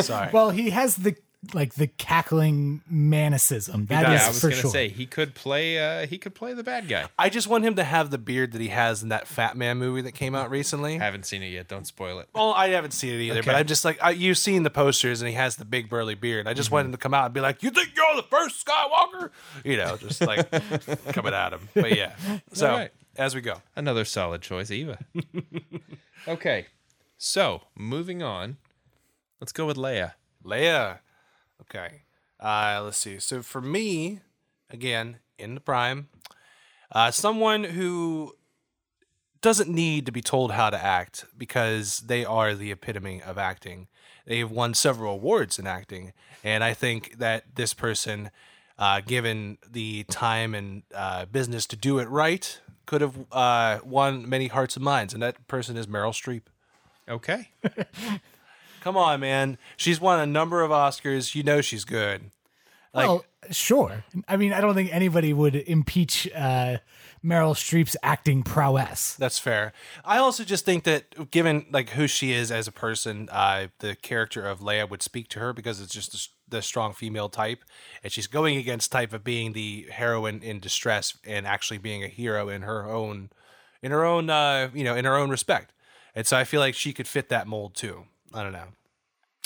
Speaker 1: Sorry.
Speaker 2: well, he has the like the cackling manicism. That is
Speaker 1: does.
Speaker 3: yeah, I was
Speaker 2: for
Speaker 3: gonna
Speaker 2: sure.
Speaker 3: say he could play. Uh, he could play the bad guy.
Speaker 1: I just want him to have the beard that he has in that Fat Man movie that came out recently.
Speaker 3: Haven't seen it yet. Don't spoil it.
Speaker 1: Well, I haven't seen it either, but
Speaker 3: Okay.
Speaker 1: I'm just like, I, you've seen the posters and he has the big burly beard. I just
Speaker 3: Mhm.
Speaker 1: want him to come out and be like, You think you're the first Skywalker? You know, just
Speaker 3: <laughs>
Speaker 1: like coming at him. But yeah. So
Speaker 3: All right.
Speaker 1: as we go.
Speaker 3: Another solid
Speaker 2: <laughs>
Speaker 3: choice, Eva. okay, so moving on. Let's go with Leia.
Speaker 1: Leia. Okay. Uh, let's see. So for me, again, in the prime, uh, someone who doesn't need to be told how to act because they are the epitome of acting. They have won several awards in acting, and I think that this person, uh, given the time and uh, business to do it right, could have uh, won many hearts and minds. And that person is Meryl Streep.
Speaker 3: Okay.
Speaker 1: Come on, man. She's won a number of Oscars. You know she's good. Like,
Speaker 2: well, sure. I mean, I don't think anybody would impeach uh, Meryl Streep's acting prowess.
Speaker 1: that's fair. I also just think that given like who she is as a person, uh, the character of Leia would speak to her because it's just the, s- the strong female type, and she's going against type of being the heroine in distress and actually being a hero in her own, in her own, uh, you know, in her own respect. And so I feel like she could fit that mold too. I don't know.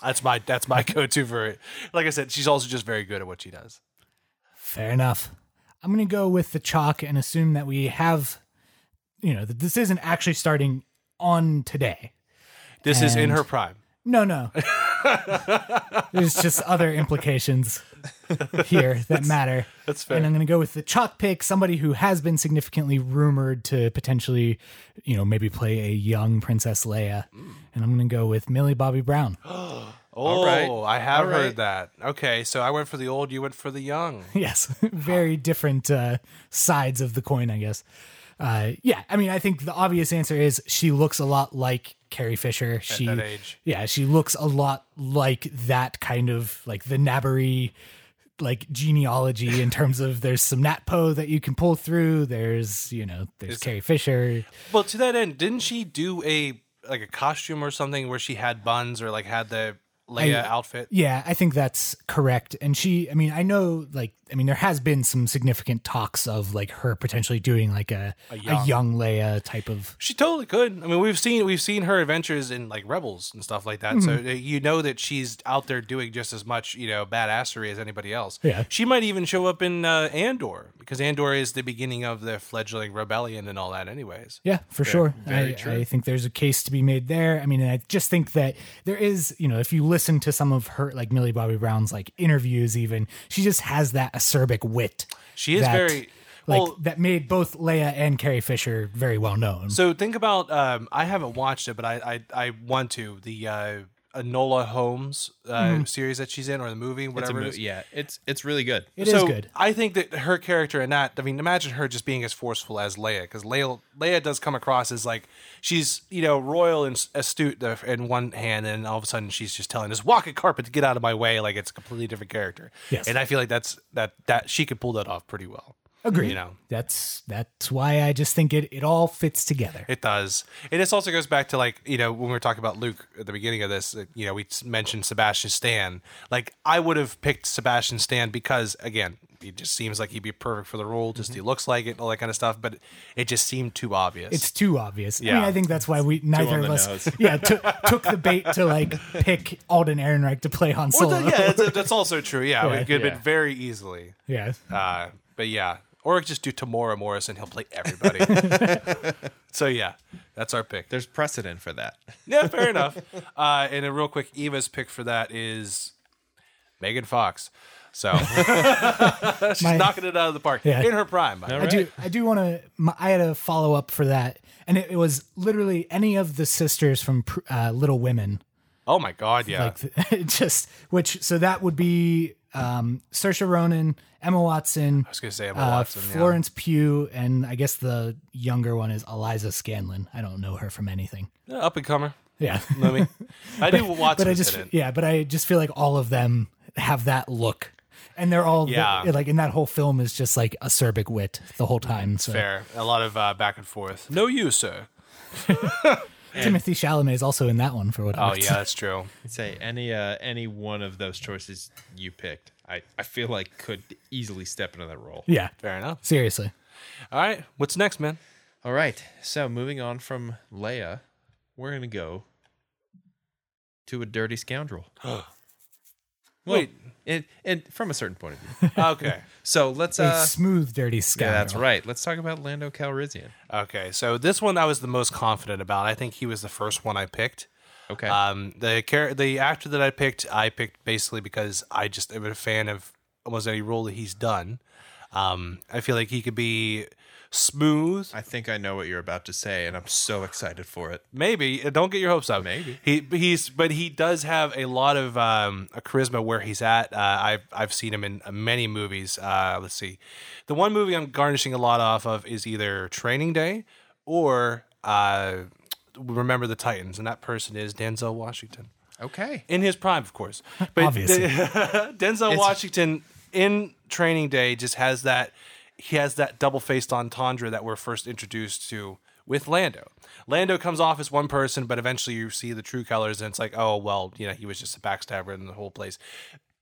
Speaker 1: That's my that's my <laughs> go-to for it. Like I said, she's also just very good at what she does.
Speaker 2: Fair enough. I'm going to go with the chalk and assume that we have you know that this isn't actually starting on today.
Speaker 1: This is in
Speaker 2: And-
Speaker 1: her prime.
Speaker 2: No, no. There's just other implications here that matter.
Speaker 1: That's
Speaker 2: And
Speaker 1: fair.
Speaker 2: I'm going to go with the chalk pick, somebody who has been significantly rumored to potentially, you know, maybe play a young Princess Leia.
Speaker 1: Mm.
Speaker 2: And I'm going to go with Millie Bobby Brown.
Speaker 1: Oh,
Speaker 3: right.
Speaker 1: I have
Speaker 3: All
Speaker 1: heard
Speaker 3: right.
Speaker 1: that. Okay, so I went for the old, you went for the young.
Speaker 2: yes, <laughs> very different uh, sides of the coin, I guess. Uh, yeah, I mean, I think the obvious answer is she looks a lot like Carrie Fisher. she,
Speaker 1: that age.
Speaker 2: yeah, she looks a lot like that kind of like the Nabbery like genealogy in terms of there's some Nat Poe that you can pull through. There's you know there's Carrie Fisher.
Speaker 1: <laughs> Well, to that end, didn't she do a like a costume or something where she had buns or like had the Leia
Speaker 2: I-
Speaker 1: outfit?
Speaker 2: Yeah, I think that's correct. And she, I mean, I know, like, I mean, there has been some significant talks of like her potentially doing like a a young,
Speaker 1: young-
Speaker 2: Leia type of.
Speaker 1: She totally could. I mean, we've seen we've seen her adventures in like Rebels and stuff like that. So uh, you know that she's out there doing just as much you know badassery as anybody else.
Speaker 2: Yeah.
Speaker 1: she might even show up in uh, Andor because Andor is the beginning of the fledgling rebellion and all that. Anyways,
Speaker 2: Yeah, for sure.
Speaker 3: very
Speaker 2: I,
Speaker 3: true.
Speaker 2: I think there's a case to be made there. I mean, I just think that there is, you know, if you listen to some of her, like Millie Bobby Brown's, like interviews, even she just has that acerbic wit.
Speaker 1: she is
Speaker 2: that,
Speaker 1: very
Speaker 2: like
Speaker 1: well-
Speaker 2: that made both Leia and Carrie Fisher very well known.
Speaker 1: So think about um, I haven't watched it, but I I, I want to the uh, Enola Holmes uh, series that she's in or the movie,
Speaker 3: Mm-hmm. It's a
Speaker 1: whatever it
Speaker 3: mo-
Speaker 1: is.
Speaker 3: yeah, it's it's really good.
Speaker 2: It is
Speaker 1: so
Speaker 2: good.
Speaker 1: I think that her character in that, I mean, imagine her just being as forceful as Leia, because Leia, Leia does come across as like she's you know royal and s- astute uh, in one hand, and all of a sudden she's just telling this walk a carpet to get out of my way, like it's a completely different character.
Speaker 2: Yes.
Speaker 1: and I feel like that's that that she could pull that off pretty well.
Speaker 2: Agreed.
Speaker 1: You know,
Speaker 2: That's that's why I just think it it all fits together.
Speaker 1: It does. And this also goes back to like, you know, when we were talking about Luke at the beginning of this, uh, you know, we s- mentioned Sebastian Stan. Like, I would have picked Sebastian Stan because, again, he just seems like he'd be perfect for the role, just he looks like it, and all that kind of stuff. But it just seemed too obvious.
Speaker 2: It's too obvious. I
Speaker 1: Yeah.
Speaker 2: mean, I think that's why we neither
Speaker 3: on
Speaker 2: of
Speaker 3: the
Speaker 2: us,
Speaker 3: nose.
Speaker 2: yeah, took took the bait to like pick Alden Ehrenreich to play Han
Speaker 1: Or
Speaker 2: Solo.
Speaker 1: the- yeah, that's, that's also true. Yeah,
Speaker 2: Yeah.
Speaker 1: it could have
Speaker 3: Yeah.
Speaker 1: been very easily.
Speaker 2: <laughs> yeah.
Speaker 1: Uh, but yeah, or just do Tamora Morrison, he'll play everybody. <laughs> so yeah, that's our pick.
Speaker 3: There's precedent for that.
Speaker 1: Yeah, fair enough. <laughs> Uh, and a real quick, Eva's pick for that is Megan Fox. So <laughs> she's
Speaker 2: My-
Speaker 1: knocking it out of the park
Speaker 2: Yeah.
Speaker 1: in her prime. by the way.
Speaker 2: I do. I do want to. I had a follow up for that, and it, it was literally any of the sisters from Pr- uh, Little Women.
Speaker 1: Oh my god, yeah.
Speaker 2: Like <laughs> it just which so that would be um, Saoirse Ronan, Emma Watson,
Speaker 1: I was gonna say Emma
Speaker 2: uh,
Speaker 1: Watson. yeah.
Speaker 2: Florence Pugh, and I guess the younger one is Eliza Scanlon. I don't know her from anything.
Speaker 1: Yeah, up and
Speaker 2: <laughs>
Speaker 1: comer.
Speaker 2: Yeah.
Speaker 1: I mean, I do Watson.
Speaker 2: but I just
Speaker 1: in it.
Speaker 2: yeah, but I just feel like all of them have that look, and they're all
Speaker 1: Yeah.
Speaker 2: like in that whole film is just like acerbic wit the whole time. So
Speaker 1: fair. A lot of uh, back and forth. No, you, sir.
Speaker 2: Timothy Chalamet is also in that one for what?
Speaker 1: Oh yeah, that's true.
Speaker 3: I'd say any uh, any one of those choices you picked, I, I feel like could easily step into that role.
Speaker 2: <laughs> yeah.
Speaker 1: Fair enough.
Speaker 2: Seriously,
Speaker 1: All right, what's next,
Speaker 2: <laughs>
Speaker 1: man?
Speaker 3: All right, so moving on from Leia, we're gonna go to a
Speaker 1: <gasps>
Speaker 3: dirty scoundrel.
Speaker 1: Wait.
Speaker 3: and and from a certain point of view.
Speaker 1: Okay.
Speaker 3: So let's
Speaker 2: a
Speaker 3: uh,
Speaker 2: smooth, dirty
Speaker 3: yeah,
Speaker 2: scoundrel.
Speaker 3: that's right. Let's talk about Lando Calrissian.
Speaker 1: Okay. So this one I was the most confident about. I think he was the first one I picked.
Speaker 3: Okay,
Speaker 1: Um, the char- the actor that I picked, I picked basically because I just am a fan of almost any role that he's done. Um, I feel like he could be smooth.
Speaker 3: I think I know what you're about to say, and I'm so excited for it.
Speaker 1: Maybe Uh, don't get your hopes up.
Speaker 3: Maybe.
Speaker 1: he he's but he does have a lot of um, a charisma where he's at. Uh, I've I've seen him in many movies. Uh, let's see, the one movie I'm garnishing a lot off of is either Training Day or uh, Remember the Titans, and that person is Denzel Washington.
Speaker 3: Okay,
Speaker 1: in his prime, of course. But <laughs>
Speaker 2: Obviously.
Speaker 1: Denzel Washington in Training Day just has that he has that double faced entendre that we're first introduced to with Lando. Lando comes off as one person, but eventually you see the true colors, and it's like, oh well, you know, he was just a backstabber in the whole place.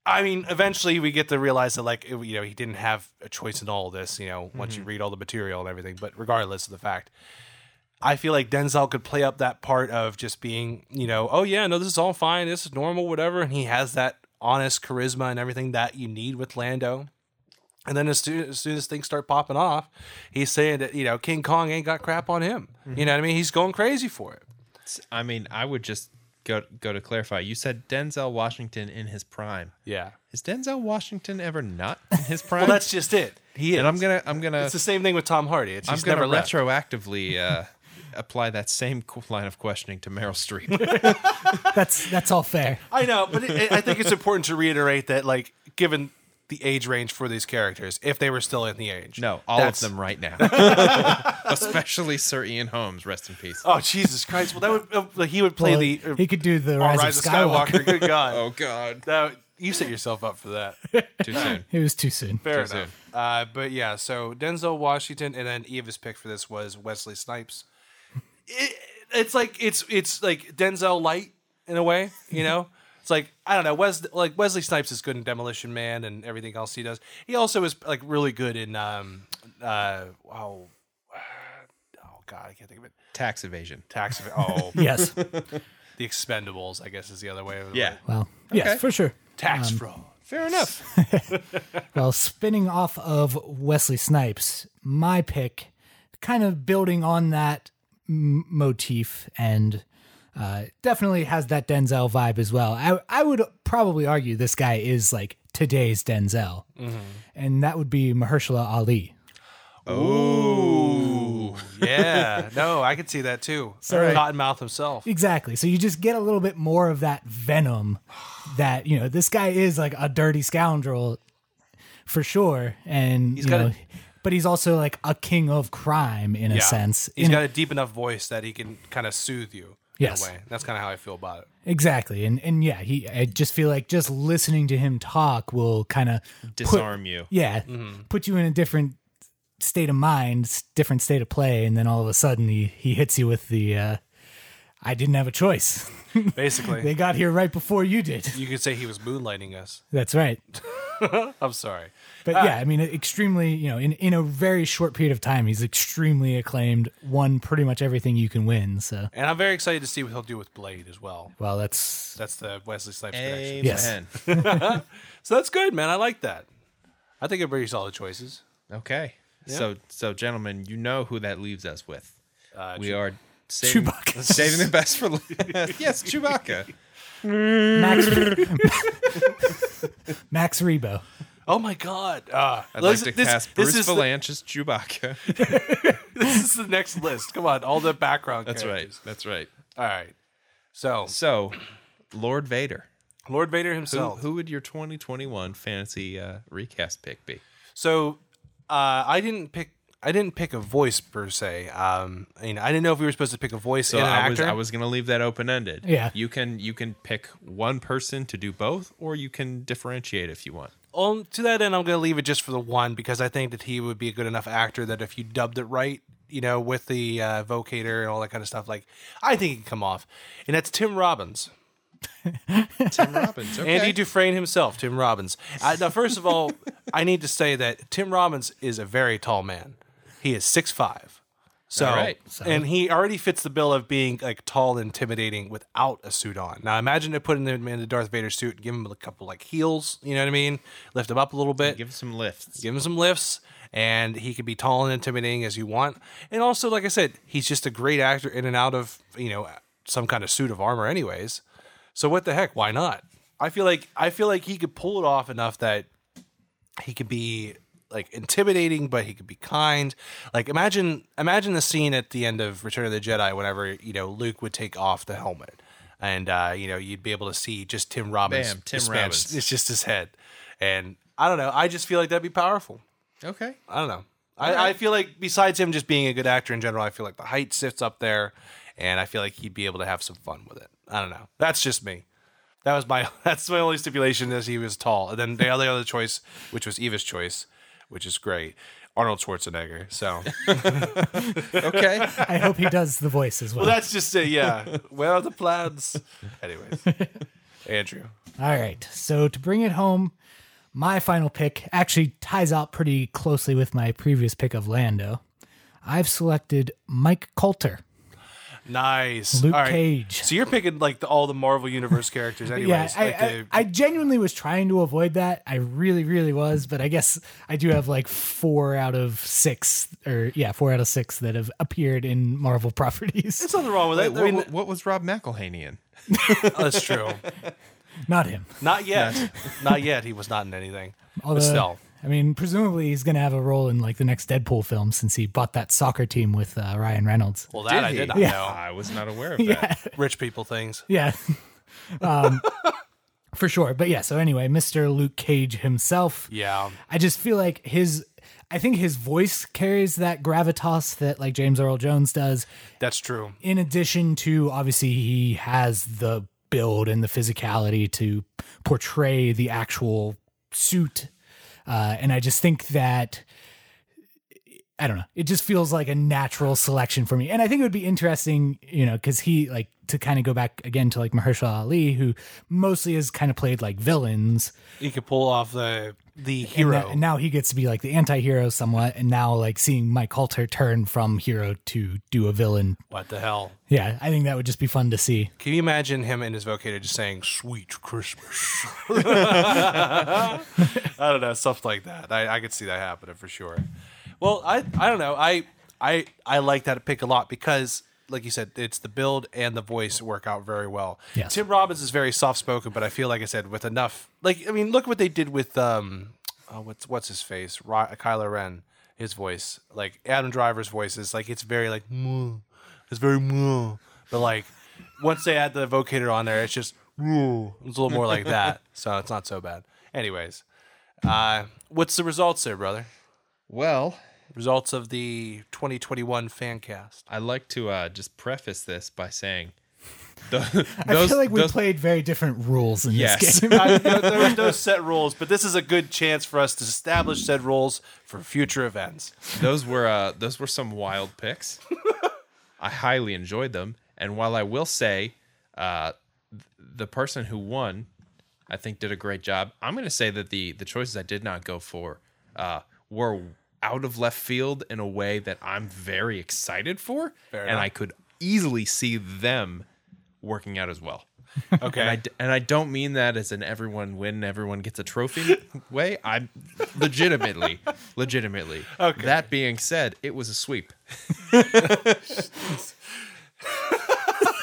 Speaker 1: I mean, eventually we get to realize that, like, it- you know, he didn't have a choice in all of this. You know, once you read all the material and everything, but regardless of the fact, I feel like Denzel could play up that part of just being, you know, oh yeah, no, this is all fine, this is normal, whatever. And he has that honest charisma and everything that you need with Lando. And then as soon, as soon as things start popping off, he's saying that you know King Kong ain't got crap on him.
Speaker 3: Mm-hmm.
Speaker 1: You know what I mean? He's going crazy for it.
Speaker 3: I mean, I would just go go to clarify. You said Denzel Washington in his prime.
Speaker 1: Yeah.
Speaker 3: Is Denzel Washington ever not
Speaker 1: <laughs>
Speaker 3: in his prime?
Speaker 1: Well, that's just it. He is.
Speaker 3: and I'm gonna I'm gonna
Speaker 1: It's the same thing with Tom Hardy. It's
Speaker 3: I'm
Speaker 1: he's
Speaker 3: gonna
Speaker 1: never left. <laughs>
Speaker 3: retroactively uh, apply that same qu- line of questioning to Meryl
Speaker 1: <laughs>
Speaker 3: Streep.
Speaker 2: That's that's all fair.
Speaker 1: I know, but it, I think it's important to reiterate that, like, given the age range for these characters, if they were still in the age,
Speaker 3: No, all
Speaker 1: that's-
Speaker 3: of them right
Speaker 1: <laughs>
Speaker 3: now, especially Sir Ian Holmes. Rest in peace.
Speaker 1: Oh Jesus Christ! Well, that would uh, like, he would play
Speaker 2: Well,
Speaker 1: the uh,
Speaker 2: he could do the
Speaker 1: uh,
Speaker 2: Rise, of Skywalker. <laughs>
Speaker 1: Good God!
Speaker 3: Oh God,
Speaker 1: That- you set yourself up for
Speaker 3: <laughs>
Speaker 1: that.
Speaker 3: too soon.
Speaker 2: It was too soon.
Speaker 1: Fair
Speaker 3: Too
Speaker 1: enough. Uh, but yeah, so Denzel Washington, and then Eva's pick for this was Wesley Snipes. It, it's like it's it's like Denzel light in a way, you
Speaker 2: <laughs>
Speaker 1: know. It's like I don't know, Wes like Wesley Snipes is good in Demolition Man and everything else he does. He also is like really good in um uh oh <sighs> oh god, I can't think of it.
Speaker 3: Tax evasion.
Speaker 1: Tax oh
Speaker 2: Yes.
Speaker 1: the Expendables, I guess is the other way. of
Speaker 3: <laughs> Yeah,
Speaker 2: Well, yes,
Speaker 3: Okay.
Speaker 2: for sure.
Speaker 1: tax
Speaker 3: Um,
Speaker 1: fraud.
Speaker 3: fair enough.
Speaker 2: Well, spinning off of Wesley Snipes, my pick, kind of building on that m- motif and uh, definitely has that Denzel vibe as well. I, I would probably argue this guy is like today's Denzel, and that would be Mahershala Ali.
Speaker 1: Yeah, no, I could see that
Speaker 3: <laughs>
Speaker 1: too.
Speaker 2: Sorry.
Speaker 1: Cottonmouth himself.
Speaker 2: Exactly. So you just get a little bit more of that venom that, you know, this guy is like a dirty scoundrel for sure. And, you
Speaker 1: got
Speaker 2: know,
Speaker 1: a-
Speaker 2: but he's also like a king of crime in a sense.
Speaker 1: He's
Speaker 2: In-
Speaker 1: got a deep enough voice that he can kind of soothe you.
Speaker 2: Yes.
Speaker 1: In a way. That's kind of how I feel about it.
Speaker 3: <laughs>
Speaker 2: exactly. And, and yeah, he, I just feel like just listening to him talk will kind of
Speaker 3: Disarm you.
Speaker 2: Yeah.
Speaker 1: Mm-hmm.
Speaker 2: Put you in a different state of mind, s- different state of play. And then all of a sudden he, he hits you with the, uh, I didn't have a choice.
Speaker 1: Basically,
Speaker 2: They got here right before you did.
Speaker 1: you could say he was moonlighting us.
Speaker 2: That's right.
Speaker 1: I'm sorry.
Speaker 2: But yeah, I mean, extremely, you know, in, in a very short period of time, he's extremely acclaimed, won pretty much everything you can win. So,
Speaker 1: And I'm very excited to see what he'll do with Blade as well.
Speaker 2: well, that's,
Speaker 1: That's the Wesley Snipes connection.
Speaker 3: Amen.
Speaker 1: So that's good, man. I like that. I think they're pretty solid choices.
Speaker 3: Okay. So, so gentlemen, you know who that leaves us with.
Speaker 1: Uh,
Speaker 3: we are saving,
Speaker 2: Chewbacca.
Speaker 3: <laughs> saving the best for last. <laughs> yes, Chewbacca.
Speaker 2: Max, <laughs> Max Rebo.
Speaker 1: Oh my God! Uh,
Speaker 3: I'd
Speaker 1: this,
Speaker 3: like to
Speaker 1: this-
Speaker 3: cast
Speaker 1: this
Speaker 3: Bruce
Speaker 1: is the- <laughs>
Speaker 3: Valanche as Chewbacca.
Speaker 1: this is the next list. Come on, all the background.
Speaker 3: That's right.
Speaker 1: characters.
Speaker 3: That's right.
Speaker 1: All right. So
Speaker 3: So, Lord Vader.
Speaker 1: Lord Vader
Speaker 3: Who,
Speaker 1: himself.
Speaker 3: who would your 2021 fantasy uh, recast pick be?
Speaker 1: So uh, I didn't pick. I didn't pick a voice per se. Um, I mean, I didn't know if we were supposed to pick a voice
Speaker 3: So
Speaker 1: and an
Speaker 3: I was
Speaker 1: actor.
Speaker 3: I was gonna leave that open ended.
Speaker 2: Yeah.
Speaker 3: You can you can pick one person to do both, or you can differentiate if you want.
Speaker 1: Um, to that end, I'm going to leave it just for the one because I think that he would be a good enough actor that if you dubbed it right, you know, with the uh, vocator and all that kind of stuff, like I think he can come off. And that's Tim Robbins,
Speaker 3: Tim Robbins. Okay.
Speaker 1: Andy Dufresne himself, Tim Robbins. Uh, now, first of
Speaker 3: <laughs>
Speaker 1: all, I need to say that Tim Robbins is a very tall man. He is six five. So,
Speaker 3: All right.
Speaker 1: and he already fits the bill of being like tall, and intimidating without a suit on. Now, imagine they putting him in the Darth Vader suit, and give him a couple like heels. You know what I mean? Lift him up a little bit.
Speaker 3: Give some lifts.
Speaker 1: give him some lifts and he can be tall and intimidating as you want and also like i said he's just a great actor in and out of you know some kind of suit of armor anyways so what the heck why not i feel like i feel like he could pull it off enough that he could be like intimidating but he could be kind like imagine imagine the scene at the end of return of the jedi whenever you know luke would take off the helmet and uh, you know you'd be able to see just tim robbins
Speaker 3: Bam, Tim
Speaker 1: just-
Speaker 3: Robbins.
Speaker 1: it's just his head and i don't know i just feel like that'd be powerful
Speaker 3: Okay.
Speaker 1: I don't know. I, I feel like besides him just being a good actor in general, I feel like the height sits up there, and I feel like he'd be able to have some fun with it. I don't know. That's just me. That was my <laughs> that's my only stipulation is he was tall. And then the other other choice, which was Eva's choice, which is great, Arnold Schwarzenegger. So
Speaker 3: Okay.
Speaker 2: I hope he does the voice as well.
Speaker 1: that's just it. Yeah. Where are the plans? Anyways, Andrew.
Speaker 2: All right. So to bring it home, my final pick actually ties out pretty closely with my previous pick of Lando. I've selected Mike Coulter.
Speaker 1: Nice.
Speaker 2: Luke
Speaker 1: all right.
Speaker 2: Cage.
Speaker 1: So you're picking like the, all the Marvel Universe characters, anyways.
Speaker 2: Yeah, I,
Speaker 1: like
Speaker 2: I,
Speaker 1: the-
Speaker 2: I genuinely was trying to avoid that. I really, really was, but I guess I do have like four out of six, or yeah, four out of six that have appeared in Marvel <laughs> properties.
Speaker 1: there's nothing wrong with
Speaker 3: Wait,
Speaker 1: it. I
Speaker 3: what,
Speaker 1: mean,
Speaker 3: what, what was Rob McElhaney in?
Speaker 1: that's true.
Speaker 2: Not him,
Speaker 1: Not yet. Not yet. He was not in anything.
Speaker 2: although
Speaker 1: but still,
Speaker 2: I mean, presumably he's gonna have a role in like the next Deadpool film since he bought that soccer team with uh, Ryan Reynolds.
Speaker 1: well, that I
Speaker 3: he?
Speaker 1: did not know.
Speaker 3: I was not aware of that.
Speaker 1: Rich people things.
Speaker 2: Yeah. <laughs> um, for sure. But yeah, so anyway, Mr. Luke Cage himself.
Speaker 1: Yeah.
Speaker 2: I just feel like his I think his voice carries that gravitas that like James Earl Jones does.
Speaker 1: That's true.
Speaker 2: In addition to obviously he has the build and the physicality to portray the actual suit. Uh, and I just think that I don't know. It just feels like a natural selection for me. And I think it would be interesting, you know, because he like to kind of go back again to like Mahershala Ali, who mostly has kind of played like villains.
Speaker 1: He could pull off the the
Speaker 2: And
Speaker 1: hero.
Speaker 2: that- and now he gets to be like the anti-hero somewhat, and now like seeing Mike Halter turn from hero to do a villain.
Speaker 1: what the hell?
Speaker 2: Yeah, I think that would just be fun to see.
Speaker 1: Can you imagine him and his vocator just saying "Sweet Christmas"? <laughs> I don't know, stuff like that. I, I could see that happening for sure. Well, I I don't know. I I I like that pick a lot because, like you said, it's the build and the voice work out very well.
Speaker 2: Yes.
Speaker 1: Tim Robbins is very soft spoken, but I feel like I said with enough. Like I mean, look what they did with um, oh, what's what's his face, Ro- Kylo Ren, his voice, like Adam Driver's voice is like it's very like "Mwah." it's very "Mwah." but like once they add the vocator on there, it's just "Mwah." it's a little more like that. So it's not so bad. Anyways, uh, what's the results there, brother?
Speaker 3: Well,
Speaker 1: Results of the 2021 fan cast.
Speaker 3: I like to uh, just preface this by saying, <laughs> the, those,
Speaker 2: I feel like we
Speaker 3: those-
Speaker 2: played very different rules in this
Speaker 3: Yes.
Speaker 2: game. <laughs>
Speaker 1: I, there, there was no set rules, but this is a good chance for us to establish said rules for future events.
Speaker 3: those were uh, those were some wild picks. I highly enjoyed them, and while I will say, uh, th- the person who won, I think did a great job. I'm going to say that the the choices I did not go for uh, were out of left field in a way that I'm very excited for, and
Speaker 1: enough.
Speaker 3: I could easily see them working out as well. And I,
Speaker 1: Okay.
Speaker 3: d- and I don't mean that as an everyone win, everyone gets
Speaker 1: <laughs>
Speaker 3: a trophy way. I'm legitimately, legitimately.
Speaker 1: Okay.
Speaker 3: That being said, it was
Speaker 1: <laughs>
Speaker 3: a sweep.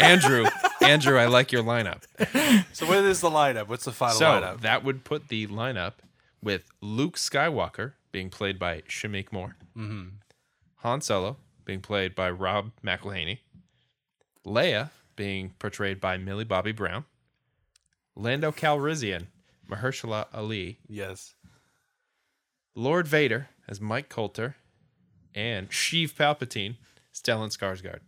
Speaker 3: Andrew, Andrew, I like your lineup.
Speaker 1: So what is the lineup? What's the final
Speaker 3: So
Speaker 1: lineup?
Speaker 3: that would put the lineup with Luke Skywalker being played by Shamik Moore,
Speaker 1: Mm-hmm.
Speaker 3: Han Solo being played by Rob McElhaney, Leia being portrayed by Millie Bobby Brown, Lando Calrissian, Mahershala Ali,
Speaker 1: Yes.
Speaker 3: Lord Vader as Mike Coulter, and Sheev Palpatine, Stellan Skarsgård.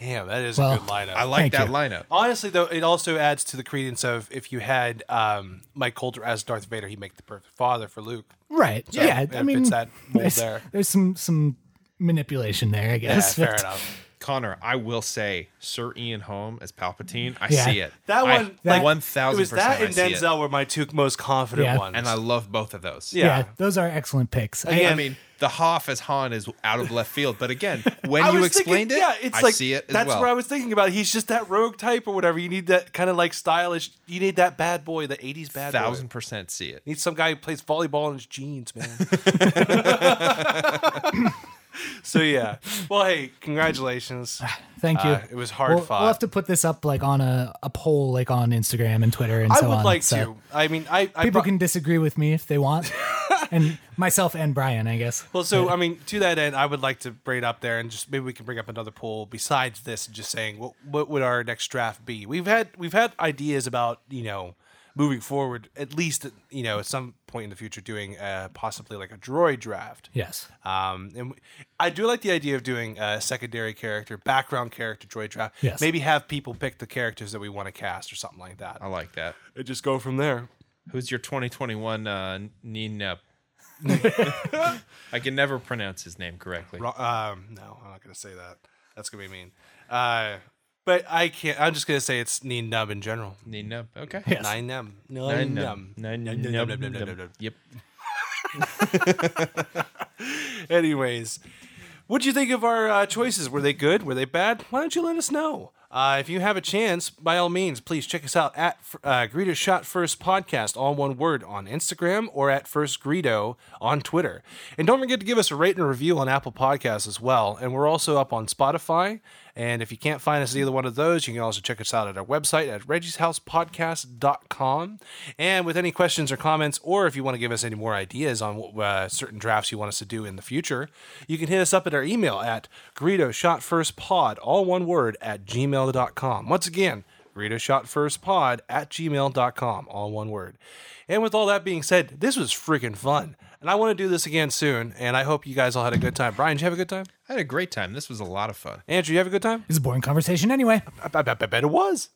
Speaker 1: Damn, that is a
Speaker 2: Well,
Speaker 1: good lineup.
Speaker 3: I
Speaker 2: Thank
Speaker 3: like that
Speaker 2: you.
Speaker 3: lineup.
Speaker 1: Honestly, though, it also adds to the credence of if you had um, Mike Coulter as Darth Vader, he'd make the perfect father for
Speaker 2: <laughs>
Speaker 1: Luke.
Speaker 2: Right. yeah.
Speaker 1: if
Speaker 2: I mean,
Speaker 1: it's that mold
Speaker 2: there's,
Speaker 1: there.
Speaker 2: there's some some manipulation there, I
Speaker 1: Yeah,
Speaker 2: guess.
Speaker 1: fair
Speaker 2: but-
Speaker 1: enough.
Speaker 3: Connor, I will say Sir Ian Holm as Palpatine. I
Speaker 2: Yeah.
Speaker 3: see it.
Speaker 1: That
Speaker 3: I-
Speaker 1: one, like,
Speaker 3: one
Speaker 1: It
Speaker 3: thousand
Speaker 1: was
Speaker 3: percent.
Speaker 1: that
Speaker 3: I
Speaker 1: and
Speaker 3: see it.
Speaker 1: Denzel were my two most confident
Speaker 2: Yeah.
Speaker 1: ones.
Speaker 3: and I love both of those.
Speaker 1: Yeah.
Speaker 2: yeah. those are excellent picks. I-
Speaker 1: Again,
Speaker 3: I mean, the Hoff as Han is out of left field,
Speaker 1: <laughs>
Speaker 3: but again, when
Speaker 1: I
Speaker 3: you
Speaker 1: was thinking-
Speaker 3: explained it,
Speaker 1: yeah, it's
Speaker 3: I
Speaker 1: like
Speaker 3: see it as
Speaker 1: that's
Speaker 3: well.
Speaker 1: what I was thinking about. He's just that rogue type or whatever. You need that kind of like stylish. You need that bad boy, the '80s bad
Speaker 3: thousand
Speaker 1: boy.
Speaker 3: percent see it.
Speaker 1: You Need some guy who plays volleyball in his jeans,
Speaker 3: <laughs>
Speaker 1: man. <laughs> so yeah. Well, hey,
Speaker 2: <sighs>
Speaker 1: congratulations.
Speaker 2: Thank you.
Speaker 1: Uh, it was hard
Speaker 2: we'll,
Speaker 1: fought.
Speaker 2: We'll have to put this up like on a, a poll, like on Instagram and Twitter and
Speaker 1: I
Speaker 2: so on.
Speaker 1: would like
Speaker 2: so
Speaker 1: to. I mean, I, I
Speaker 2: People
Speaker 1: brought-
Speaker 2: can disagree with me if
Speaker 1: <laughs>
Speaker 2: they want, and myself and Brian, I guess.
Speaker 1: Well, so I mean, to that end, I would like to bring it up there, and just maybe we can bring up another poll besides this, and just saying what what would our next draft be? We've had we've had ideas about you know moving forward, at least you know at some point in the future, doing uh, possibly like a droid draft.
Speaker 2: Yes.
Speaker 1: Um, and we- I do like the idea of doing a secondary character, background character droid draft.
Speaker 2: Yes.
Speaker 1: Maybe have people pick the characters that we want to cast or something like that.
Speaker 3: I like that.
Speaker 1: And just go from there.
Speaker 3: Who's your 2021 uh,
Speaker 1: <laughs>
Speaker 3: Ninep? I can never pronounce his name correctly.
Speaker 1: Ro- Um, no, I'm not gonna say that. That's gonna be mean. Uh, but I can't. I'm just gonna say it's Neen Nub in general.
Speaker 3: Ninep. Okay.
Speaker 1: Nine Num. Nine Num.
Speaker 3: Nine num. Nine num. num, num, num. Yep.
Speaker 1: Anyways, What do you think of our uh, choices? Were they good? Were they bad? Why don't you let us know? Uh, if you have a chance, by all means, please check us out at uh, Greedo Shot First Podcast, all one word, on Instagram or at First Greedo on Twitter. And don't forget to give us a rate and review on Apple Podcasts as well. And we're also up on Spotify. And if you can't find us at either one of those, you can also check us out at our website at Reggie's House Podcast.com. And with any questions or comments, or if you want to give us any more ideas on what, uh, certain drafts you want us to do in the future, you can hit us up at our email at Greedo Shot First Pod, all one word, at gmail.com. Once again, Greedo Shot First Pod at gmail.com, all one word. And with all that being said, this was freaking fun. And I want to do this again soon. And I hope you guys all had a good time. Brian, did you have a good time?
Speaker 3: I had a great time. This was a lot of fun.
Speaker 1: Andrew, you have a good time?
Speaker 2: It's a boring conversation anyway.
Speaker 1: I, I, I bet it was.